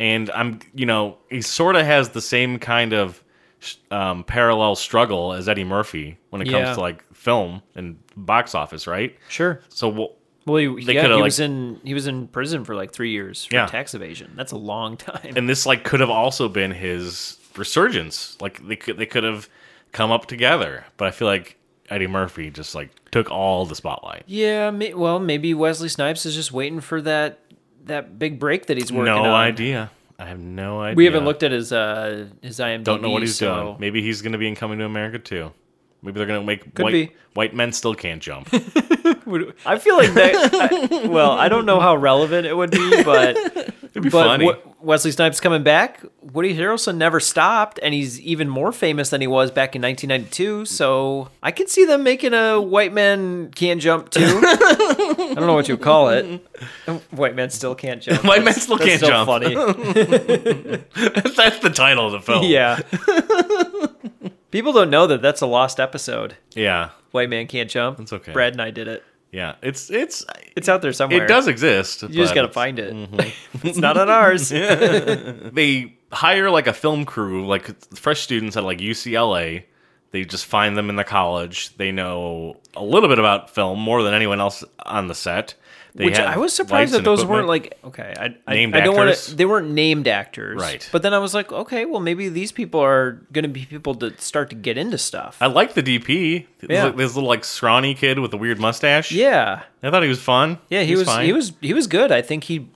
Speaker 1: and I'm you know he sort of has the same kind of sh- um, parallel struggle as Eddie Murphy when it
Speaker 2: Yeah.
Speaker 1: comes to like film and box office, right?
Speaker 2: Sure.
Speaker 1: So wh-
Speaker 2: Well, he,
Speaker 1: They
Speaker 2: yeah, he
Speaker 1: coulda, like-
Speaker 2: was in he was in prison for like three years for
Speaker 1: Yeah.
Speaker 2: tax evasion. That's a long time.
Speaker 1: and this like could have also been his resurgence. Like they could they could have come up together, but I feel like Eddie Murphy just like took all the spotlight.
Speaker 2: yeah. May, well, maybe Wesley Snipes is just waiting for that that big break that he's working
Speaker 1: No
Speaker 2: on.
Speaker 1: idea. I have no idea.
Speaker 2: We haven't looked at his uh his IMDb.
Speaker 1: Don't know what he's
Speaker 2: so-
Speaker 1: doing. Maybe he's going to be in Coming to America too. Maybe they're going to make
Speaker 2: Could
Speaker 1: white
Speaker 2: be.
Speaker 1: white men still can't jump.
Speaker 2: I feel like that. I- well, I don't know how relevant it would be, but
Speaker 1: It'd be
Speaker 2: but
Speaker 1: funny.
Speaker 2: W- Wesley Snipes coming back. Woody Harrelson never stopped, and he's even more famous than he was back in 1992. So I could see them making a white man can't jump too. I don't know what you would call it. White man still can't jump.
Speaker 1: White man still can't
Speaker 2: That's still
Speaker 1: jump.
Speaker 2: Funny.
Speaker 1: That's the title of the film.
Speaker 2: yeah. People don't know that that's a lost episode.
Speaker 1: Yeah.
Speaker 2: White man can't jump. That's
Speaker 1: okay.
Speaker 2: Brad and I did it.
Speaker 1: Yeah. It's it's
Speaker 2: It's out there somewhere.
Speaker 1: it does Mm-hmm. exist.
Speaker 2: You just gotta find it. it's not on ours.
Speaker 1: they hire like a film crew, like fresh students at like UCLA. They just find them in the college. They know a little bit about film more than anyone else on the set. They
Speaker 2: Which
Speaker 1: have
Speaker 2: I was
Speaker 1: lights
Speaker 2: surprised that
Speaker 1: and
Speaker 2: those
Speaker 1: equipment.
Speaker 2: weren't like okay. I, I,
Speaker 1: Named
Speaker 2: I don't want
Speaker 1: actors?
Speaker 2: to. They weren't named actors,
Speaker 1: Right.
Speaker 2: But then I was like, okay, well maybe these people are gonna be people that start to get into stuff.
Speaker 1: I like the DP.
Speaker 2: Yeah.
Speaker 1: Yeah. This little like scrawny kid with a weird mustache.
Speaker 2: yeah,
Speaker 1: I thought he was fun.
Speaker 2: yeah. He
Speaker 1: He's
Speaker 2: was
Speaker 1: fine.
Speaker 2: he was he was good. I think he.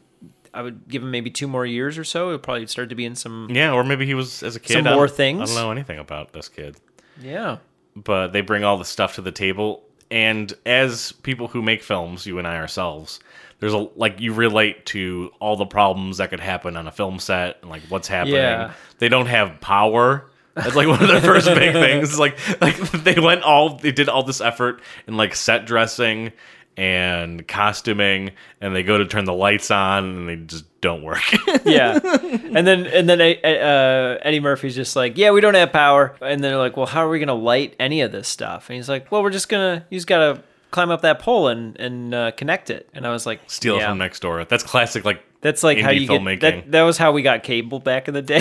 Speaker 2: I would give him maybe two more years or so. He'll probably start to be in some.
Speaker 1: Yeah, or maybe he was as a kid.
Speaker 2: Some
Speaker 1: I
Speaker 2: more
Speaker 1: don't- I
Speaker 2: things?
Speaker 1: don't know anything about this kid,
Speaker 2: Yeah.
Speaker 1: but they bring all the stuff to the table. And as people who make films, you and I ourselves, there's a like you relate to all the problems that could happen on a film set and like what's happening.
Speaker 2: Yeah.
Speaker 1: They don't have power. That's like one of their first big things. Like like they went all they did all this effort in like set dressing and costuming, and they go to turn the lights on and they just don't work.
Speaker 2: Yeah, and then and then uh, Eddie Murphy's just like, yeah, we don't have power, and they're like, well, how are we gonna light any of this stuff? And he's like, well, we're just gonna, you just gotta climb up that pole and and uh, connect it. And I was like,
Speaker 1: Steal it
Speaker 2: yeah.
Speaker 1: from next door. That's classic. Like
Speaker 2: That's like how
Speaker 1: indie
Speaker 2: you get
Speaker 1: filmmaking.
Speaker 2: that. That was how we got cable back in the day.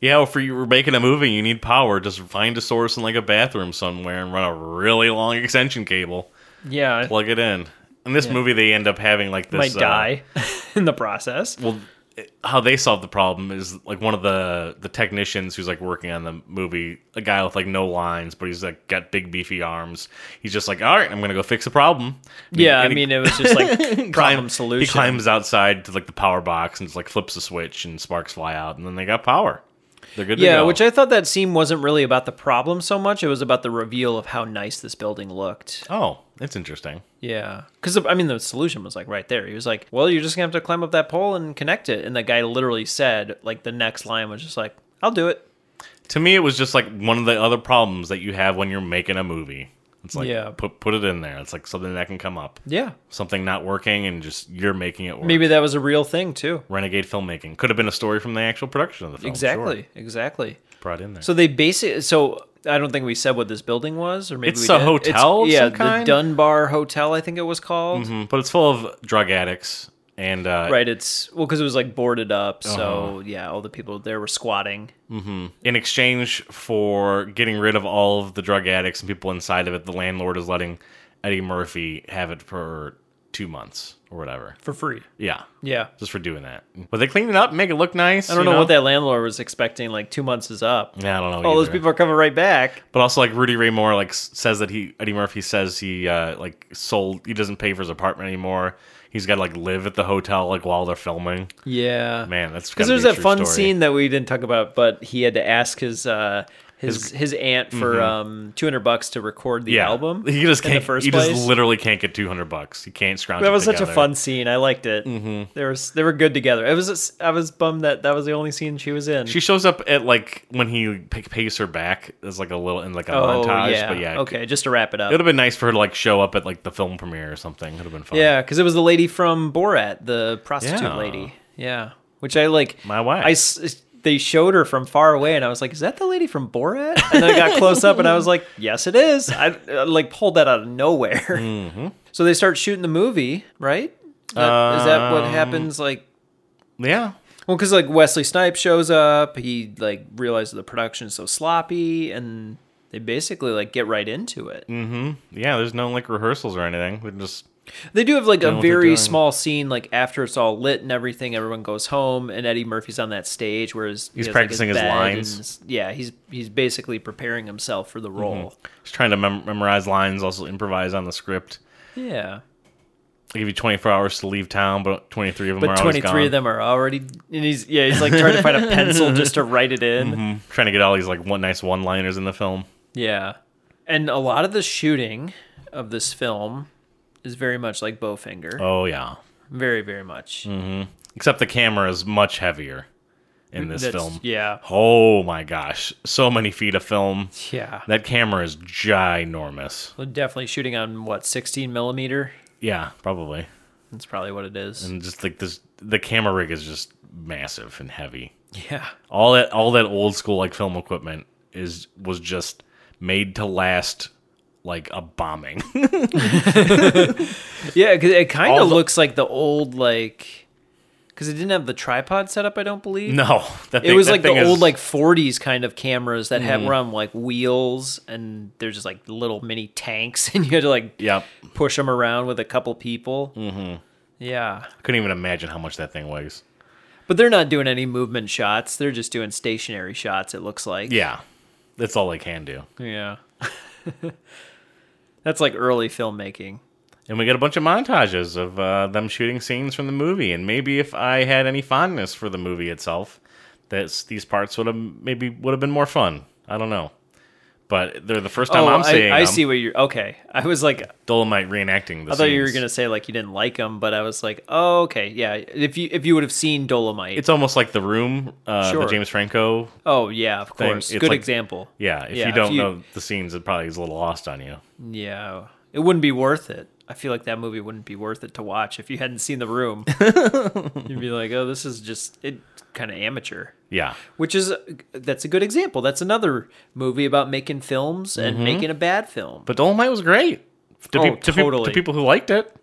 Speaker 1: yeah, if you were making a movie, you need power. Just find a source in like a bathroom somewhere and run a really long extension cable,
Speaker 2: Yeah,
Speaker 1: plug it in. In this movie, they end up having like this
Speaker 2: might
Speaker 1: uh,
Speaker 2: die in the process.
Speaker 1: well it- how they solve the problem is like one of the the technicians who's like working on the movie a guy with like no lines but he's like got big beefy arms he's just like all right i'm gonna go fix a problem And he-
Speaker 2: Yeah, I
Speaker 1: and he
Speaker 2: mean, it was just like
Speaker 1: climb-
Speaker 2: problem solution.
Speaker 1: he climbs outside to like the power box and just like flips the switch and sparks fly out and then they got power they're good to
Speaker 2: yeah,
Speaker 1: go.
Speaker 2: which I thought that scene wasn't really about the problem so much. It was about the reveal of how nice this building looked.
Speaker 1: oh that's interesting
Speaker 2: Yeah, because I mean, the solution was like right there. He was like, "Well, you're just gonna have to climb up that pole and connect it." And the guy literally said, like, the next line was just like, "I'll do it."
Speaker 1: to me it was just like one of the other problems that you have when you're making a movie it's like
Speaker 2: Yeah.
Speaker 1: put put it in there it's like something that can come up
Speaker 2: Yeah,
Speaker 1: something not working and just you're making it work
Speaker 2: maybe that was a real thing too.
Speaker 1: renegade filmmaking. Could have been a story from the actual production of the film.
Speaker 2: Exactly,
Speaker 1: Oh, sure.
Speaker 2: exactly.
Speaker 1: brought in there.
Speaker 2: So they basically so. I don't think we said what this building was, or maybe
Speaker 1: It's
Speaker 2: we
Speaker 1: a
Speaker 2: did.
Speaker 1: hotel of
Speaker 2: yeah,
Speaker 1: some kind?
Speaker 2: the Dunbar Hotel, I think it was called.
Speaker 1: Mm, but it's full of drug addicts and uh,
Speaker 2: Right, it's well because it was like boarded up,
Speaker 1: Uh-huh.
Speaker 2: so yeah, all the people there were squatting.
Speaker 1: in exchange for getting rid of all of the drug addicts and people inside of it, the landlord is letting Eddie Murphy have it for two months or whatever.
Speaker 2: for free.
Speaker 1: Yeah.
Speaker 2: Yeah.
Speaker 1: Just for doing that. But they clean it up, make it look nice.
Speaker 2: I don't know, what that landlord was expecting. Like two months is up.
Speaker 1: Yeah, I don't know.
Speaker 2: All those
Speaker 1: either.
Speaker 2: people are coming right back.
Speaker 1: But also, like Rudy Ray Moore, like s- says that he Eddie Murphy says he uh, like sold. He doesn't pay for his apartment anymore. He's got to like live at the hotel like while they're filming.
Speaker 2: Yeah,
Speaker 1: Man, that's
Speaker 2: Because
Speaker 1: gotta
Speaker 2: there's
Speaker 1: be a
Speaker 2: that
Speaker 1: true
Speaker 2: fun
Speaker 1: story.
Speaker 2: scene that we didn't talk about, but he had to ask his uh, his his aunt for um, two hundred bucks to record the album.
Speaker 1: Mm-hmm. He just
Speaker 2: in
Speaker 1: can't.
Speaker 2: the first
Speaker 1: he
Speaker 2: place.
Speaker 1: just literally can't get two hundred bucks. He can't scrounge.
Speaker 2: that
Speaker 1: it
Speaker 2: was such a
Speaker 1: together.
Speaker 2: fun scene. I liked it. Mm-hmm. They were s- they were good together. It was I was bummed that that was the only scene she was in.
Speaker 1: She shows up at like when he p- pays her back as like a little in like a
Speaker 2: oh
Speaker 1: montage.
Speaker 2: yeah.
Speaker 1: But yeah,
Speaker 2: okay. Just to wrap it
Speaker 1: It
Speaker 2: up.
Speaker 1: would have been nice for her to like show up at like the film premiere or something. It would have been fun.
Speaker 2: Yeah, because it was the lady from Borat, the prostitute
Speaker 1: Yeah.
Speaker 2: lady. Yeah, which I like.
Speaker 1: My wife.
Speaker 2: I s- they showed her from far away, and I was like, "Is that the lady from Borat?" And then I got close up, and I was like, "Yes, it is." I, I like pulled that out of nowhere.
Speaker 1: Mm-hmm.
Speaker 2: So they start shooting the movie, right? That, is that
Speaker 1: Um,
Speaker 2: what happens? Like,
Speaker 1: yeah.
Speaker 2: well, because like Wesley Snipes shows up, he like realizes the production's so sloppy, and they basically like get right into it.
Speaker 1: Yeah, There's no like rehearsals or anything. They're just
Speaker 2: They do have like a
Speaker 1: what they're
Speaker 2: very
Speaker 1: doing.
Speaker 2: small scene, like after it's all lit and everything, everyone goes home, and Eddie Murphy's on that stage, whereas
Speaker 1: He's practicing his lines.
Speaker 2: yeah, he's he's basically preparing himself for the role.
Speaker 1: just trying to mem- memorize lines, also improvise on the script.
Speaker 2: Yeah,
Speaker 1: I give you 24 hours to leave town, but 23 of them
Speaker 2: but
Speaker 1: are always
Speaker 2: twenty
Speaker 1: gone.
Speaker 2: three of them are already, and he's yeah, he's like trying to find a pencil just to write it in.
Speaker 1: Trying to get all these like one nice one-liners in the film.
Speaker 2: Yeah, and a lot of the shooting of this film is very much like Bowfinger,
Speaker 1: Oh yeah.
Speaker 2: very very much.
Speaker 1: Mm, Except the camera is much heavier in this
Speaker 2: That's-
Speaker 1: film.
Speaker 2: yeah,
Speaker 1: Oh my gosh, so many feet of film.
Speaker 2: yeah,
Speaker 1: That camera is ginormous.
Speaker 2: Well, definitely shooting on what sixteen millimeter.
Speaker 1: Yeah, probably.
Speaker 2: That's probably what it is.
Speaker 1: And just like this, the camera rig is just massive and heavy.
Speaker 2: yeah.
Speaker 1: All that, all that old school like film equipment is was just made to last like a bombing.
Speaker 2: Yeah, 'cause it kind
Speaker 1: All
Speaker 2: of
Speaker 1: the-
Speaker 2: looks like the old like because it didn't have the tripod setup. I don't believe.
Speaker 1: no, that
Speaker 2: it
Speaker 1: thing-
Speaker 2: was
Speaker 1: that
Speaker 2: like the
Speaker 1: thing is- Mm.
Speaker 2: old like '40s kind of cameras that had were on like wheels, and they're just like little mini tanks, and you had to like
Speaker 1: Yep.
Speaker 2: push them around with a couple people. Mm-hmm. Yeah,
Speaker 1: I couldn't even imagine how much that thing weighs.
Speaker 2: but they're not doing any movement shots. They're just doing stationary shots. It looks like.
Speaker 1: Yeah, that's all they can do.
Speaker 2: Yeah. That's like early filmmaking.
Speaker 1: And we got a bunch of montages of uh, them shooting scenes from the movie. And maybe if I had any fondness for the movie itself, that's these parts would have maybe would have been more fun. I don't know, but they're the first time
Speaker 2: oh,
Speaker 1: I'm
Speaker 2: I-
Speaker 1: seeing.
Speaker 2: I
Speaker 1: them.
Speaker 2: see what you're. Okay, I was like,
Speaker 1: Dolomite reenacting. The
Speaker 2: I thought you were
Speaker 1: scenes.
Speaker 2: gonna say like you didn't like them, but I was like, oh okay, yeah. If you if you would have seen Dolomite,
Speaker 1: It's almost like the room, uh,
Speaker 2: Sure.
Speaker 1: the James Franco.
Speaker 2: oh yeah, of
Speaker 1: thing,
Speaker 2: course,
Speaker 1: it's
Speaker 2: good
Speaker 1: like-
Speaker 2: example.
Speaker 1: Yeah, if
Speaker 2: Yeah,
Speaker 1: you
Speaker 2: if
Speaker 1: don't
Speaker 2: you-
Speaker 1: know the scenes, it probably is a little lost on you.
Speaker 2: Yeah, it wouldn't be worth it. I feel like that movie wouldn't be worth it to watch if you hadn't seen The Room. You'd be like, oh, this is just it, kind of amateur.
Speaker 1: Yeah,
Speaker 2: Which is that's a good example. That's another movie about making films
Speaker 1: Mm-hmm.
Speaker 2: and making a bad film.
Speaker 1: but Dolomite was great. To,
Speaker 2: Oh,
Speaker 1: peop- to peop-
Speaker 2: totally.
Speaker 1: to people who liked it,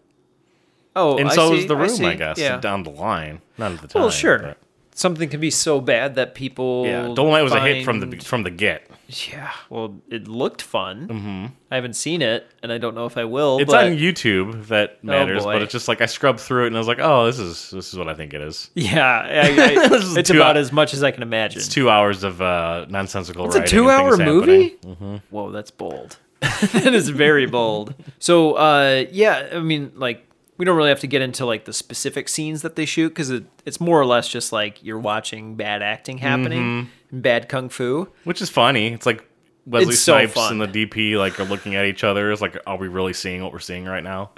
Speaker 2: oh,
Speaker 1: and
Speaker 2: I
Speaker 1: so
Speaker 2: see,
Speaker 1: was the room, I,
Speaker 2: see,
Speaker 1: guess.
Speaker 2: Yeah.
Speaker 1: Down the line, not at the time.
Speaker 2: Well, sure.
Speaker 1: but-
Speaker 2: something can be so bad that people
Speaker 1: Yeah, Dolomite was a hit from the
Speaker 2: find-
Speaker 1: from the get.
Speaker 2: yeah. Well, it looked fun. Mm-hmm. I haven't seen it, and I don't know if I will.
Speaker 1: It's
Speaker 2: but Oh,
Speaker 1: on YouTube if that matters,
Speaker 2: boy.
Speaker 1: but it's just like I scrubbed through it and I was like, oh, this is this is what I think it is.
Speaker 2: yeah, I, I,
Speaker 1: This is
Speaker 2: it's
Speaker 1: two
Speaker 2: about
Speaker 1: hou-
Speaker 2: as much as I can imagine.
Speaker 1: It's two hours of uh, nonsensical.
Speaker 2: It's a
Speaker 1: writing and
Speaker 2: two-hour
Speaker 1: things happening.
Speaker 2: movie. Mm-hmm. Whoa, that's bold. that is very bold. So, uh, yeah, I mean, like, we don't really have to get into like the specific scenes that they shoot because it, it's more or less just like you're watching bad acting happening,
Speaker 1: Mm-hmm.
Speaker 2: and bad kung fu.
Speaker 1: which is funny. It's like Wesley
Speaker 2: It's so
Speaker 1: Snipes
Speaker 2: fun.
Speaker 1: and the DP like are looking at each other. It's like, are we really seeing what we're seeing right now?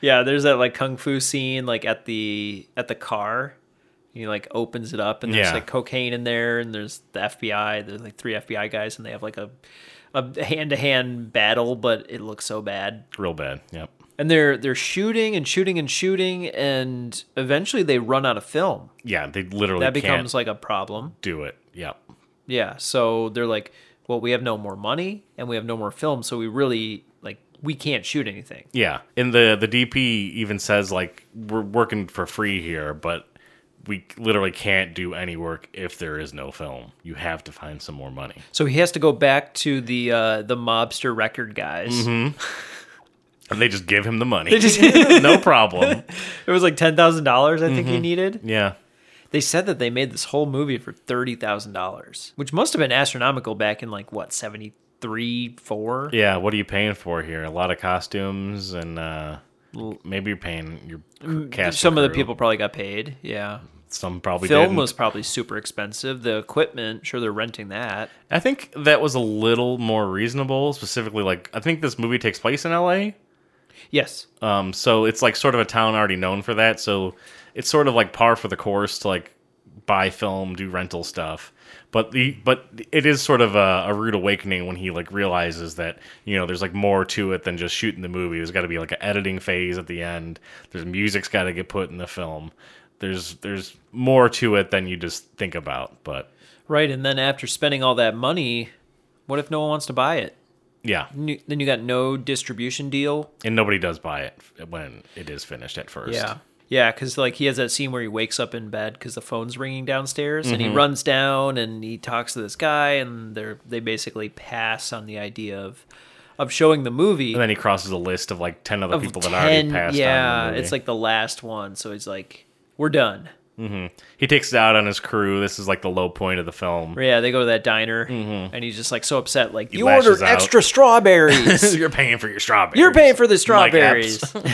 Speaker 2: Yeah, there's that like kung fu scene like at the at the car. He like opens it up and there's
Speaker 1: Yeah.
Speaker 2: like cocaine in there and there's the FBI. There's like three FBI guys and they have like a a hand to hand battle, but it looks so bad.
Speaker 1: Real bad. Yep.
Speaker 2: And they're they're shooting and shooting and shooting and eventually they run out of film.
Speaker 1: Yeah, they literally
Speaker 2: That
Speaker 1: can't
Speaker 2: becomes like a problem.
Speaker 1: do it. Yep.
Speaker 2: Yeah. So they're like, well, we have no more money and we have no more film, so we really like we can't shoot anything.
Speaker 1: Yeah, and the the DP even says like we're working for free here, but we literally can't do any work if there is no film. You have to find some more money.
Speaker 2: So he has to go back to the uh, the mobster record guys.
Speaker 1: Mm-hmm. And they just give him the money. no problem.
Speaker 2: It was like ten thousand dollars. I think
Speaker 1: Mm-hmm.
Speaker 2: he needed.
Speaker 1: Yeah.
Speaker 2: They said that they made this whole movie for thirty thousand dollars, which must have been astronomical back in like what seventy three, four.
Speaker 1: Yeah, what are you paying for here? A lot of costumes and uh maybe you're paying your cr- cast.
Speaker 2: Some
Speaker 1: and
Speaker 2: of the
Speaker 1: crew.
Speaker 2: people probably got paid. Yeah,
Speaker 1: some probably
Speaker 2: film
Speaker 1: didn't.
Speaker 2: was probably super expensive. The equipment, sure, they're renting that.
Speaker 1: I think that was a little more reasonable. Specifically, like I think this movie takes place in L.A.
Speaker 2: Yes,
Speaker 1: Um, so it's like sort of a town already known for that. So it's sort of like par for the course to like buy film, do rental stuff. But the but it is sort of a, a rude awakening when he like realizes that you know there's like more to it than just shooting the movie. There's got to be like an editing phase at the end. There's music's got to get put in the film. There's there's more to it than you just think about. But
Speaker 2: right. And then after spending all that money, what if no one wants to buy it?
Speaker 1: yeah,
Speaker 2: Then you- Then you got no distribution deal.
Speaker 1: and nobody does buy it when it is finished at first.
Speaker 2: Yeah. Yeah, because like he has that scene where he wakes up in bed because the phone's ringing downstairs, and he
Speaker 1: Mm-hmm.
Speaker 2: runs down and he talks to this guy, and they're they basically pass on the idea of of showing the movie.
Speaker 1: And then he crosses a list of like ten other
Speaker 2: of
Speaker 1: people that already
Speaker 2: 10
Speaker 1: passed.
Speaker 2: yeah,
Speaker 1: on in the movie.
Speaker 2: it's like the last one, so he's like, "We're done."
Speaker 1: he takes it out on his crew. This is like the low point of the film.
Speaker 2: Yeah, they go to that diner, and he's just like so upset, like, "You
Speaker 1: Mm-hmm. lashes
Speaker 2: ordered
Speaker 1: out.
Speaker 2: extra strawberries."
Speaker 1: You're paying for your strawberries.
Speaker 2: You're paying for the
Speaker 1: Mike
Speaker 2: strawberries.
Speaker 1: Epps.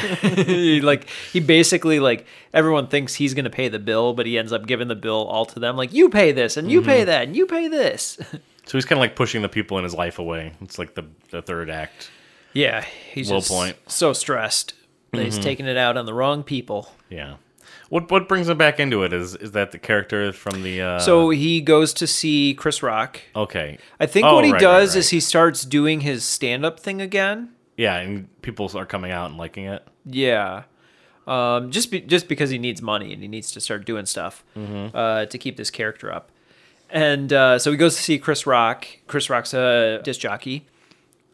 Speaker 2: He, like he basically like everyone thinks he's gonna pay the bill, but he ends up giving the bill all to them. Like you pay this and you pay that and you pay this.
Speaker 1: so he's kind of like pushing the people in his life away. It's like the the third act.
Speaker 2: yeah, he's
Speaker 1: Low
Speaker 2: just
Speaker 1: point.
Speaker 2: so stressed. that He's taking it out on the wrong people.
Speaker 1: Yeah. What what brings him back into it is is that the character from the uh,
Speaker 2: So he goes to see Chris Rock.
Speaker 1: okay
Speaker 2: I think
Speaker 1: Oh,
Speaker 2: what he
Speaker 1: right,
Speaker 2: does
Speaker 1: right,
Speaker 2: is he starts doing his stand-up thing again.
Speaker 1: yeah and people are coming out and liking it
Speaker 2: Yeah. Um, just be, just because he needs money and he needs to start doing stuff uh, to keep this character up. And uh, so he goes to see Chris Rock. Chris Rock's a disc jockey.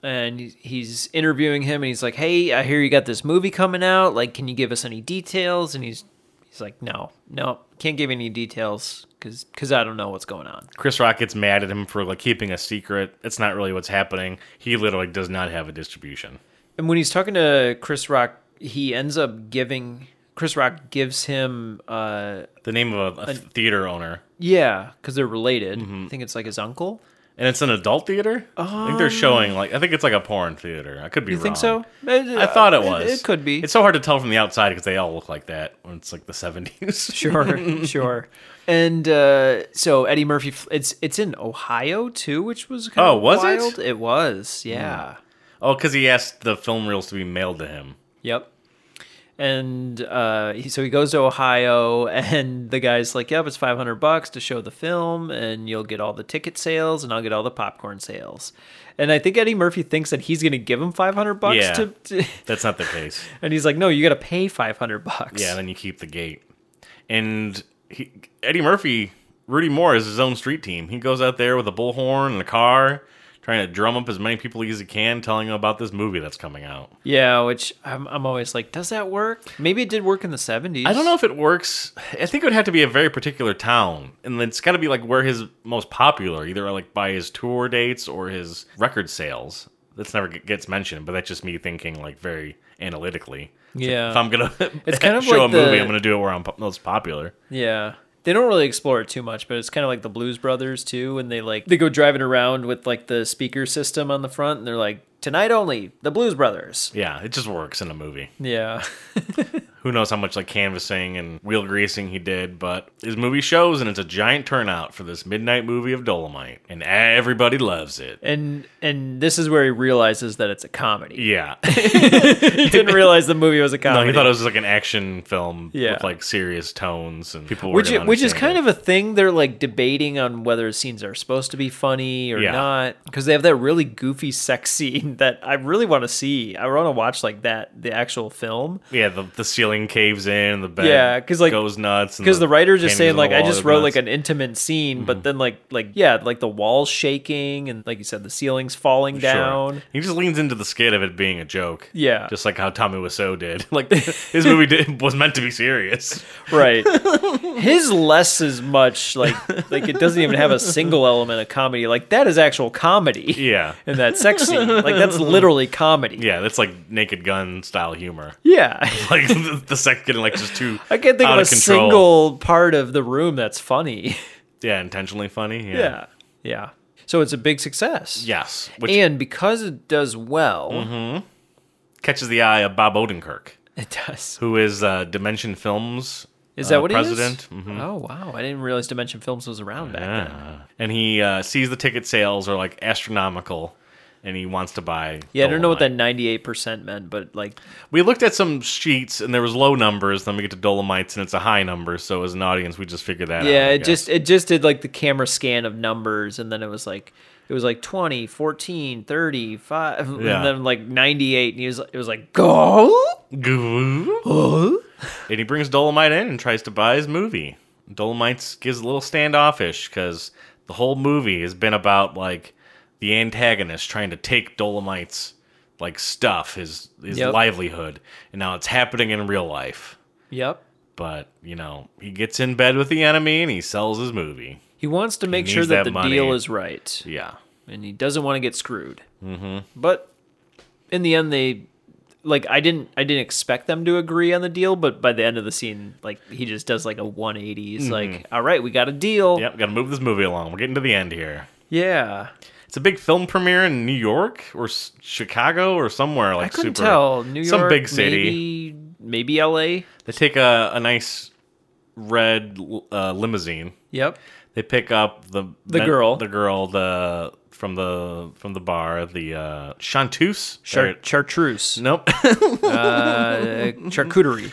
Speaker 2: And he- he's interviewing him and he's like, hey, I hear you got this movie coming out. Like, can you give us any details? And he's he's like, no, no, can't give any details because I don't know what's going on.
Speaker 1: Chris Rock gets mad at him for like keeping a secret it's not really what's happening he literally does not have a distribution
Speaker 2: And when he's talking to Chris Rock, he ends up giving Chris Rock gives him uh,
Speaker 1: the name of a, a theater owner
Speaker 2: Yeah, because they're related.
Speaker 1: Mm-hmm.
Speaker 2: I think it's like his uncle.
Speaker 1: and it's an adult theater. I think they're showing like I think it's like a porn theater. I could be
Speaker 2: Ah. You
Speaker 1: wrong.
Speaker 2: think so?
Speaker 1: I thought it was.
Speaker 2: Uh, It, could be.
Speaker 1: It's so hard to tell from the outside because they all look like that. When it's like the seventies.
Speaker 2: sure, sure. And uh, so Eddie Murphy, f- it's it's in Ohio too, which was kind
Speaker 1: Oh,
Speaker 2: of
Speaker 1: was it? Hmm.
Speaker 2: wild. It? was, yeah,
Speaker 1: oh, because he asked the film reels to be mailed to him.
Speaker 2: yep. And uh, he, so he goes to Ohio, and the guy's like, "Yep, it's five hundred bucks to show the film, and you'll get all the ticket sales, and I'll get all the popcorn sales." And I think Eddie Murphy thinks that he's going to give him five hundred bucks
Speaker 1: Yeah.
Speaker 2: to, to,
Speaker 1: That's not the case.
Speaker 2: and he's like, "No, you got to pay five hundred bucks."
Speaker 1: yeah, and then you keep the gate. And he, Eddie Murphy, Rudy Moore is his own street team. He goes out there with a bullhorn and a car, trying to drum up as many people as he can, telling them about this movie that's coming out.
Speaker 2: Yeah, which I'm, I'm always like, does that work? Maybe it did work in the 70s.
Speaker 1: I don't know if it works. I think it would have to be a very particular town, and it's got to be like where his most popular, either like by his tour dates or his record sales. That's never g- gets mentioned, but that's just me thinking like very analytically. It's like,
Speaker 2: Yeah.
Speaker 1: if I'm gonna
Speaker 2: It's kind of
Speaker 1: show a
Speaker 2: like
Speaker 1: movie,
Speaker 2: the-
Speaker 1: I'm gonna do it where I'm po- most popular.
Speaker 2: Yeah. They don't really explore it too much, but it's kind of like the Blues Brothers too, and they like they go driving around with like the speaker system on the front, and they're like, "Tonight only, the Blues Brothers."
Speaker 1: Yeah, it just works in a movie.
Speaker 2: Yeah,
Speaker 1: Who knows how much like canvassing and wheel greasing he did, but his movie shows and it's a giant turnout for this midnight movie of Dolomite, and everybody loves it.
Speaker 2: and and this is where he realizes that it's a comedy.
Speaker 1: Yeah,
Speaker 2: He didn't realize the movie was a comedy.
Speaker 1: no, he thought it was like an action film
Speaker 2: Yeah.
Speaker 1: with like serious tones and people. Were
Speaker 2: which which is kind of a thing they're like debating on whether scenes are supposed to be funny or
Speaker 1: Yeah.
Speaker 2: not because they have that really goofy sex scene that I really want to see. I want to watch like that the actual film.
Speaker 1: yeah. The, the ceiling caves in, the bed
Speaker 2: Yeah, 'cause, like-
Speaker 1: goes nuts
Speaker 2: because the, writer's just saying like I just wrote like
Speaker 1: an
Speaker 2: an intimate scene,
Speaker 1: Mm-hmm.
Speaker 2: but then like like yeah, like the walls shaking and like you said, the ceiling's falling down.
Speaker 1: He just leans into the skit of it being a joke.
Speaker 2: Yeah.
Speaker 1: just like how Tommy Wiseau did. Like his movie did, was meant to be serious.
Speaker 2: Right. His less is much like like it doesn't even have a single element of comedy. Like that is actual comedy.
Speaker 1: Yeah.
Speaker 2: In that sex scene, like that's literally comedy.
Speaker 1: Yeah, that's like Naked Gun style humor.
Speaker 2: Yeah.
Speaker 1: Like the, the sex getting like just too.
Speaker 2: I can't think
Speaker 1: out
Speaker 2: of a
Speaker 1: control.
Speaker 2: single part of the room that's funny.
Speaker 1: Yeah, intentionally funny. Yeah.
Speaker 2: Yeah. Yeah. So it's a big success.
Speaker 1: Yes, which Mm-hmm.
Speaker 2: And because it does well,
Speaker 1: catches the eye of Bob Odenkirk,
Speaker 2: it does.
Speaker 1: who is uh, Dimension Films.
Speaker 2: Is that
Speaker 1: uh,
Speaker 2: what
Speaker 1: president.
Speaker 2: he is?
Speaker 1: Mhm.
Speaker 2: Oh wow! I didn't realize Dimension Films was around back then.
Speaker 1: Yeah. And he uh, sees the ticket sales are like astronomical, and he wants to buy.
Speaker 2: Yeah, I don't know what that
Speaker 1: Dolomite.
Speaker 2: ninety-eight percent meant, but like,
Speaker 1: We looked at some sheets, and there was low numbers. Then we get to Dolomites, and it's a high number. So as an audience, we just figured that. out.
Speaker 2: yeah,
Speaker 1: I
Speaker 2: it
Speaker 1: guess.
Speaker 2: just it just did like the camera scan of numbers, and then it was like it was like 20, 14, 30,
Speaker 1: Yeah.
Speaker 2: 5, and then like ninety-eight, and he was it was like go.
Speaker 1: Goo. and he brings Dolomite in and tries to buy his movie. Dolomite gets a little standoffish because the whole movie has been about like the antagonist trying to take Dolomite's like stuff, his his
Speaker 2: Yep.
Speaker 1: livelihood, and now it's happening in real life.
Speaker 2: Yep.
Speaker 1: But you know, he gets in bed with the enemy and he sells his movie.
Speaker 2: He wants to make
Speaker 1: needs
Speaker 2: sure that,
Speaker 1: that
Speaker 2: the
Speaker 1: money.
Speaker 2: deal is right,
Speaker 1: Yeah,
Speaker 2: and he doesn't want to get screwed. Mm-hmm. But in the end, they like I didn't I didn't expect them to agree on the deal, but by the end of the scene, like he just does like a one eighty. He's like, "All right, we got a deal."
Speaker 1: Mm-hmm. yep. Got to move this movie along. We're getting to the end here.
Speaker 2: Yeah,
Speaker 1: It's a big film premiere in New York or s- Chicago or somewhere like
Speaker 2: I couldn't
Speaker 1: super
Speaker 2: tell. New York,
Speaker 1: some big city.
Speaker 2: maybe, maybe L.A.
Speaker 1: They take a, a nice red uh, limousine.
Speaker 2: Yep.
Speaker 1: They pick up the
Speaker 2: The girl.
Speaker 1: the girl, the from the from the bar, the uh, Chanteuse.
Speaker 2: Char-
Speaker 1: Or-
Speaker 2: chartreuse,
Speaker 1: nope,
Speaker 2: uh, charcuterie,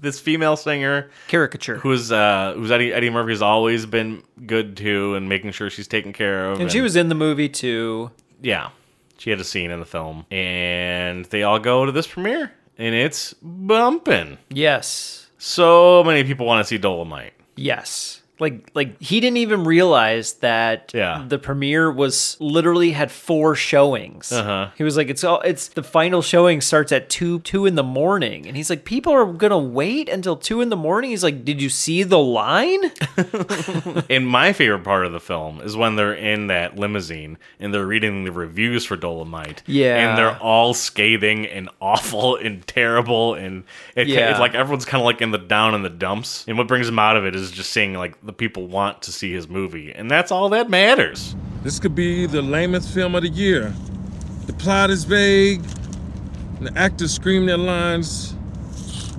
Speaker 1: this female singer
Speaker 2: caricature,
Speaker 1: who's uh, who's Eddie, Eddie Murphy has always been good to and making sure she's taken care of.
Speaker 2: and she was in the movie too.
Speaker 1: yeah, she had a scene in the film, and they all go to this premiere, and it's bumping.
Speaker 2: Yes,
Speaker 1: So many people want to see Dolomite.
Speaker 2: yes. Like, like he didn't even realize that
Speaker 1: Yeah.
Speaker 2: the premiere was literally had four showings.
Speaker 1: Uh-huh.
Speaker 2: He was like, "It's all. It's the final showing starts at two two in the morning," and he's like, "People are gonna wait until two in the morning." He's like, "Did you see the line?"
Speaker 1: And my favorite part of the film is when they're in that limousine and they're reading the reviews for Dolomite.
Speaker 2: Yeah.
Speaker 1: And they're all scathing and awful and terrible. And it,
Speaker 2: Yeah.
Speaker 1: it's like everyone's kind of like in the down in the dumps. And what brings them out of it is just seeing like the people want to see his movie. And that's all that matters.
Speaker 8: This could be the lamest film of the year. The plot is vague, and the actors scream their lines.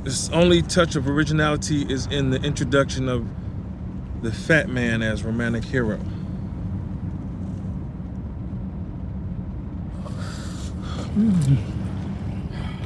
Speaker 8: This only touch of originality is in the introduction of the fat man as romantic hero.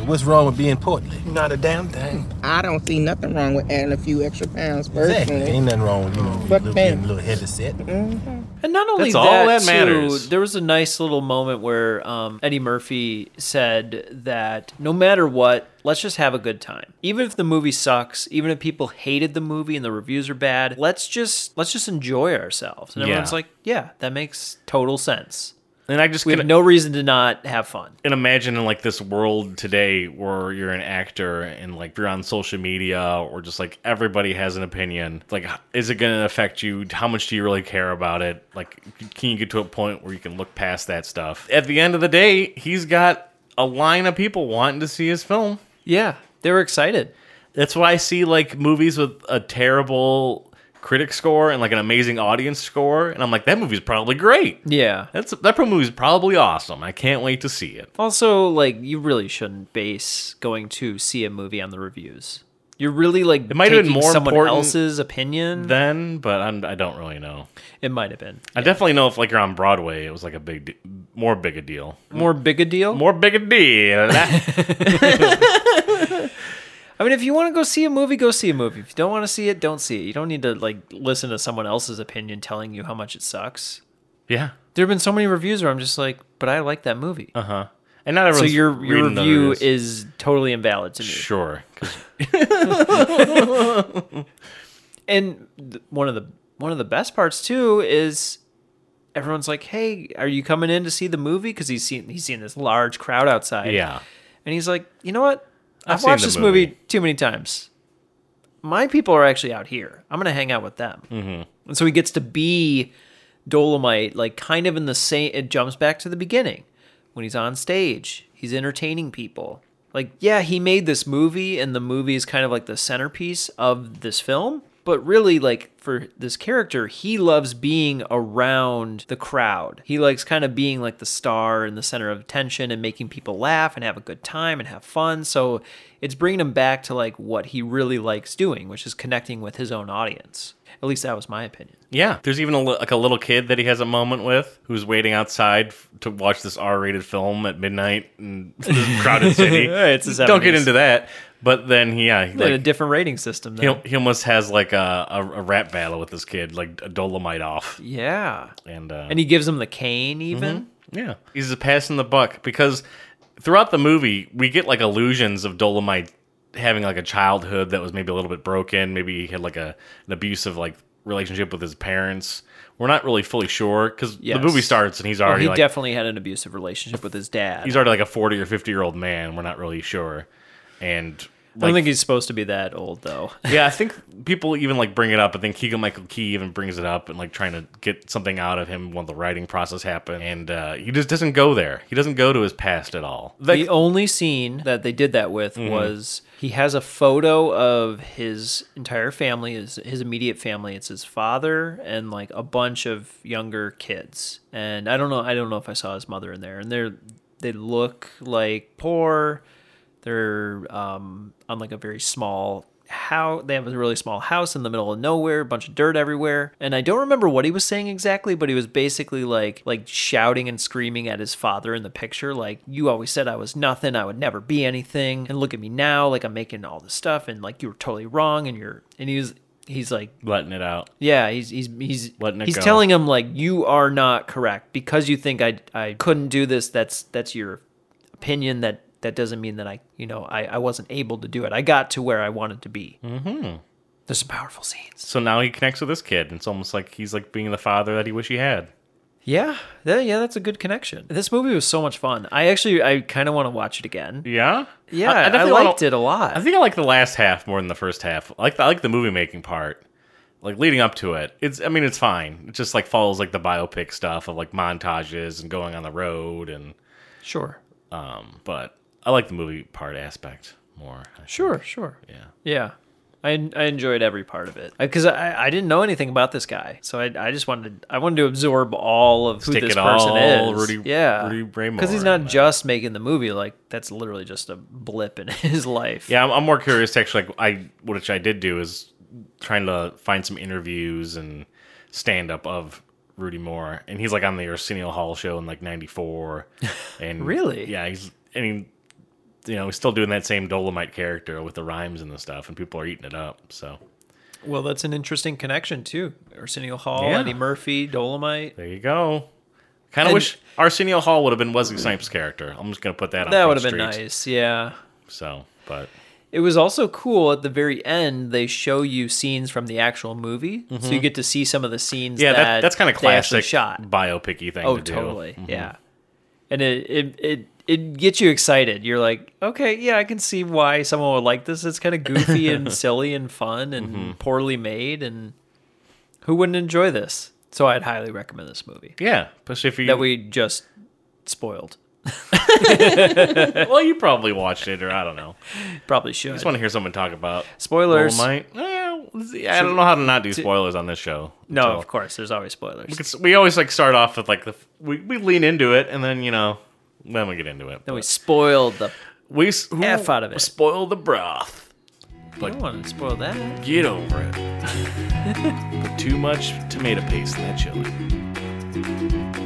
Speaker 5: What's wrong with being portly?
Speaker 9: Not a damn thing.
Speaker 4: I don't see nothing wrong with adding a few extra pounds personally.
Speaker 5: Ain't nothing wrong with you know,
Speaker 4: Fuck
Speaker 5: little,
Speaker 4: that.
Speaker 5: getting a little head set.
Speaker 2: And not only
Speaker 1: That's
Speaker 2: that,
Speaker 1: all that
Speaker 2: too,
Speaker 1: matters.
Speaker 2: there was a nice little moment where um, Eddie Murphy said that no matter what, let's just have a good time. Even if the movie sucks, even if people hated the movie and the reviews are bad, let's just let's just enjoy ourselves. And
Speaker 1: Yeah.
Speaker 2: everyone's like, yeah, that makes total sense.
Speaker 1: And I just
Speaker 2: We have
Speaker 1: can
Speaker 2: no reason to not have fun.
Speaker 1: and imagine in like this world today where you're an actor and like you're on social media or just like everybody has an opinion like is it going to affect you how much do you really care about it like can you get to a point where you can look past that stuff at the end of the day he's got a line of people wanting to see his film
Speaker 2: Yeah, they were excited.
Speaker 1: that's why i see like movies with a terrible critic score and like an amazing audience score and i'm like that movie's probably great
Speaker 2: Yeah.
Speaker 1: that's that movie's probably awesome i can't wait to see it
Speaker 2: Also, like you really shouldn't base going to see a movie on the reviews. You're really like it
Speaker 1: might have been more
Speaker 2: someone
Speaker 1: important
Speaker 2: else's opinion.
Speaker 1: then, but I'm, I don't really know.
Speaker 2: it might have been
Speaker 1: I definitely know if like you're on Broadway, it was like a big, de- more big a deal,
Speaker 2: more big a deal.
Speaker 1: more big a deal.
Speaker 2: I mean, if you want to go see a movie, go see a movie. If you don't want to see it, don't see it. You don't need to like listen to someone else's opinion telling you how much it sucks.
Speaker 1: yeah,
Speaker 2: There have been so many reviews where I'm just like, but I like that movie.
Speaker 1: uh huh. And not
Speaker 2: so
Speaker 1: everyone's
Speaker 2: your your
Speaker 1: reading the
Speaker 2: review
Speaker 1: reviews.
Speaker 2: is totally invalid to me.
Speaker 1: sure. 'cause-
Speaker 2: and th- one of the one of the best parts too is everyone's like, "Hey, are you coming in to see the movie?" Because he's seen he's seen this large crowd outside.
Speaker 1: Yeah,
Speaker 2: and he's like, "You know what? I've,
Speaker 1: seen
Speaker 2: watched
Speaker 1: the
Speaker 2: this movie.
Speaker 1: movie."
Speaker 2: too many times. My people are actually out here. I'm gonna hang out with them." Mm-hmm. And so he gets to be Dolomite, like kind of in the same. It jumps back to the beginning when he's on stage. He's entertaining people. Like, yeah, he made this movie, and the movie is kind of like the centerpiece of this film. But really, like for this character, he loves being around the crowd. He likes kind of being like the star and the center of attention and making people laugh and have a good time and have fun. So it's bringing him back to like what he really likes doing, which is connecting with his own audience. At least that was my opinion.
Speaker 1: yeah. There's even a, li- like a little kid that he has a moment with who's waiting outside f- to watch this R-rated film at midnight in this crowded city.
Speaker 2: It's the
Speaker 1: don't get
Speaker 2: 70s.
Speaker 1: into that. But then, yeah, he,
Speaker 2: They had a
Speaker 1: like,
Speaker 2: different rating system.
Speaker 1: he,
Speaker 2: Though.
Speaker 1: he almost has like a, a, a rap battle with this kid, like a Dolomite off,
Speaker 2: Yeah.
Speaker 1: and uh,
Speaker 2: And he gives him the cane,
Speaker 1: Mm-hmm.
Speaker 2: even.
Speaker 1: Yeah. He's just passing the buck because throughout the movie, we get like illusions of Dolomite having like a childhood that was maybe a little bit broken. Maybe he had like a, an abusive like relationship with his parents. We're not really fully sure because
Speaker 2: Yes.
Speaker 1: the movie starts and he's
Speaker 2: Well,
Speaker 1: already
Speaker 2: he
Speaker 1: like
Speaker 2: definitely had an abusive relationship with his dad.
Speaker 1: he's already like a forty or fifty year old man. We're not really sure, and
Speaker 2: I don't
Speaker 1: like-
Speaker 2: think he's supposed to be that old, though.
Speaker 1: yeah, I think people even like bring it up. I think Keegan Michael Key even brings it up and like trying to get something out of him when the writing process happened, and uh, he just doesn't go there. He doesn't go to his past at all. Like, Mm-hmm.
Speaker 2: the only scene that they did that with was he has a photo of his entire family, his, his immediate family. It's his father and like a bunch of younger kids. And I don't know, I don't know if I saw his mother in there. And they're they look like poor. They're um, on like a very small how they have a really small house in the middle of nowhere, a bunch of dirt everywhere. And I don't remember what he was saying exactly, but he was basically like like shouting and screaming at his father in the picture, like, You always said I was nothing, I would never be anything. And look at me now, like I'm making all this stuff and like you were totally wrong and you're and he was he's like
Speaker 1: letting it out.
Speaker 2: yeah, he's he's he's
Speaker 1: Letting it
Speaker 2: he's
Speaker 1: go.
Speaker 2: telling him like you are not correct because you think I I couldn't do this. That's that's your opinion. That that doesn't mean that I you know I I wasn't able to do it. I got to where I wanted to be. Mm-hmm. There's some powerful scenes.
Speaker 1: So now he connects with this kid, and it's almost like he's like being the father that he wish he had.
Speaker 2: Yeah, that, yeah, that's a good connection. This movie was so much fun. I actually I kind of want to watch it again.
Speaker 1: Yeah,
Speaker 2: Yeah, I,
Speaker 1: definitely wanna-
Speaker 2: liked it a lot.
Speaker 1: I think I like the last half more than the first half. I like the, I like the movie making part, like leading up to it. It's I mean it's fine. It just like follows like the biopic stuff of like montages and going on the road and
Speaker 2: sure,
Speaker 1: um. But I like the movie part aspect more.
Speaker 2: sure, sure.
Speaker 1: Yeah.
Speaker 2: Yeah. I, I enjoyed every part of it because I, I didn't know anything about this guy, so I, I just wanted I wanted to absorb all of who
Speaker 1: Stick
Speaker 2: this
Speaker 1: it
Speaker 2: person
Speaker 1: all
Speaker 2: is.
Speaker 1: Rudy-
Speaker 2: yeah,
Speaker 1: Rudy Raymore
Speaker 2: because he's
Speaker 1: in
Speaker 2: not
Speaker 1: that.
Speaker 2: just making the movie. Like that's literally just a blip in his life.
Speaker 1: Yeah, I'm, I'm more curious. to Actually, like I which I did do is trying to find some interviews and stand up of Rudy Moore, and he's like on the Arsenio Hall show in like '94, and
Speaker 2: Really?
Speaker 1: yeah, he's and he, you know, he's still doing that same Dolomite character with the rhymes and the stuff, and people are eating it up. So
Speaker 2: Well, that's an interesting connection too. Arsenio Hall,
Speaker 1: Yeah.
Speaker 2: Eddie Murphy, Dolomite.
Speaker 1: there you go. Kind of
Speaker 2: And-
Speaker 1: wish Arsenio Hall would have been Wesley Snipes' character. I'm just gonna put that on
Speaker 2: That
Speaker 1: Front
Speaker 2: would have been
Speaker 1: Street.
Speaker 2: nice. Yeah.
Speaker 1: So, but
Speaker 2: It was also cool at the very end. They show you scenes from the actual movie, so you get to see some of the scenes.
Speaker 1: Mm-hmm. yeah, that,
Speaker 2: that
Speaker 1: that's kind of
Speaker 2: they actually
Speaker 1: classic
Speaker 2: Shot.
Speaker 1: biopic-y thing
Speaker 2: Oh,
Speaker 1: to do. Mm-hmm.
Speaker 2: totally. Yeah. and it it it, it gets you excited. You're like, okay, yeah, I can see why someone would like this. It's kind of goofy and silly and fun and
Speaker 1: Mm-hmm.
Speaker 2: poorly made, and who wouldn't enjoy this? So I'd highly recommend this movie
Speaker 1: Yeah, especially if you
Speaker 2: that we just spoiled.
Speaker 1: well, you probably watched it, or I don't know.
Speaker 2: Probably
Speaker 1: I
Speaker 2: should.
Speaker 1: just want to hear someone talk about
Speaker 2: Spoilers.
Speaker 1: Dolomite. Eh, let's see. I don't know how to not do spoilers on this show.
Speaker 2: no,
Speaker 1: So,
Speaker 2: of course, there's always spoilers.
Speaker 1: it's- we always like start off with like the we, we lean into it, and then you know then we get into it.
Speaker 2: Then we
Speaker 1: But
Speaker 2: spoiled the.
Speaker 1: we s- who
Speaker 2: F out of it.
Speaker 1: Spoil the broth.
Speaker 2: I don't want to spoil that.
Speaker 1: Get over it. Put too much tomato paste in that chili.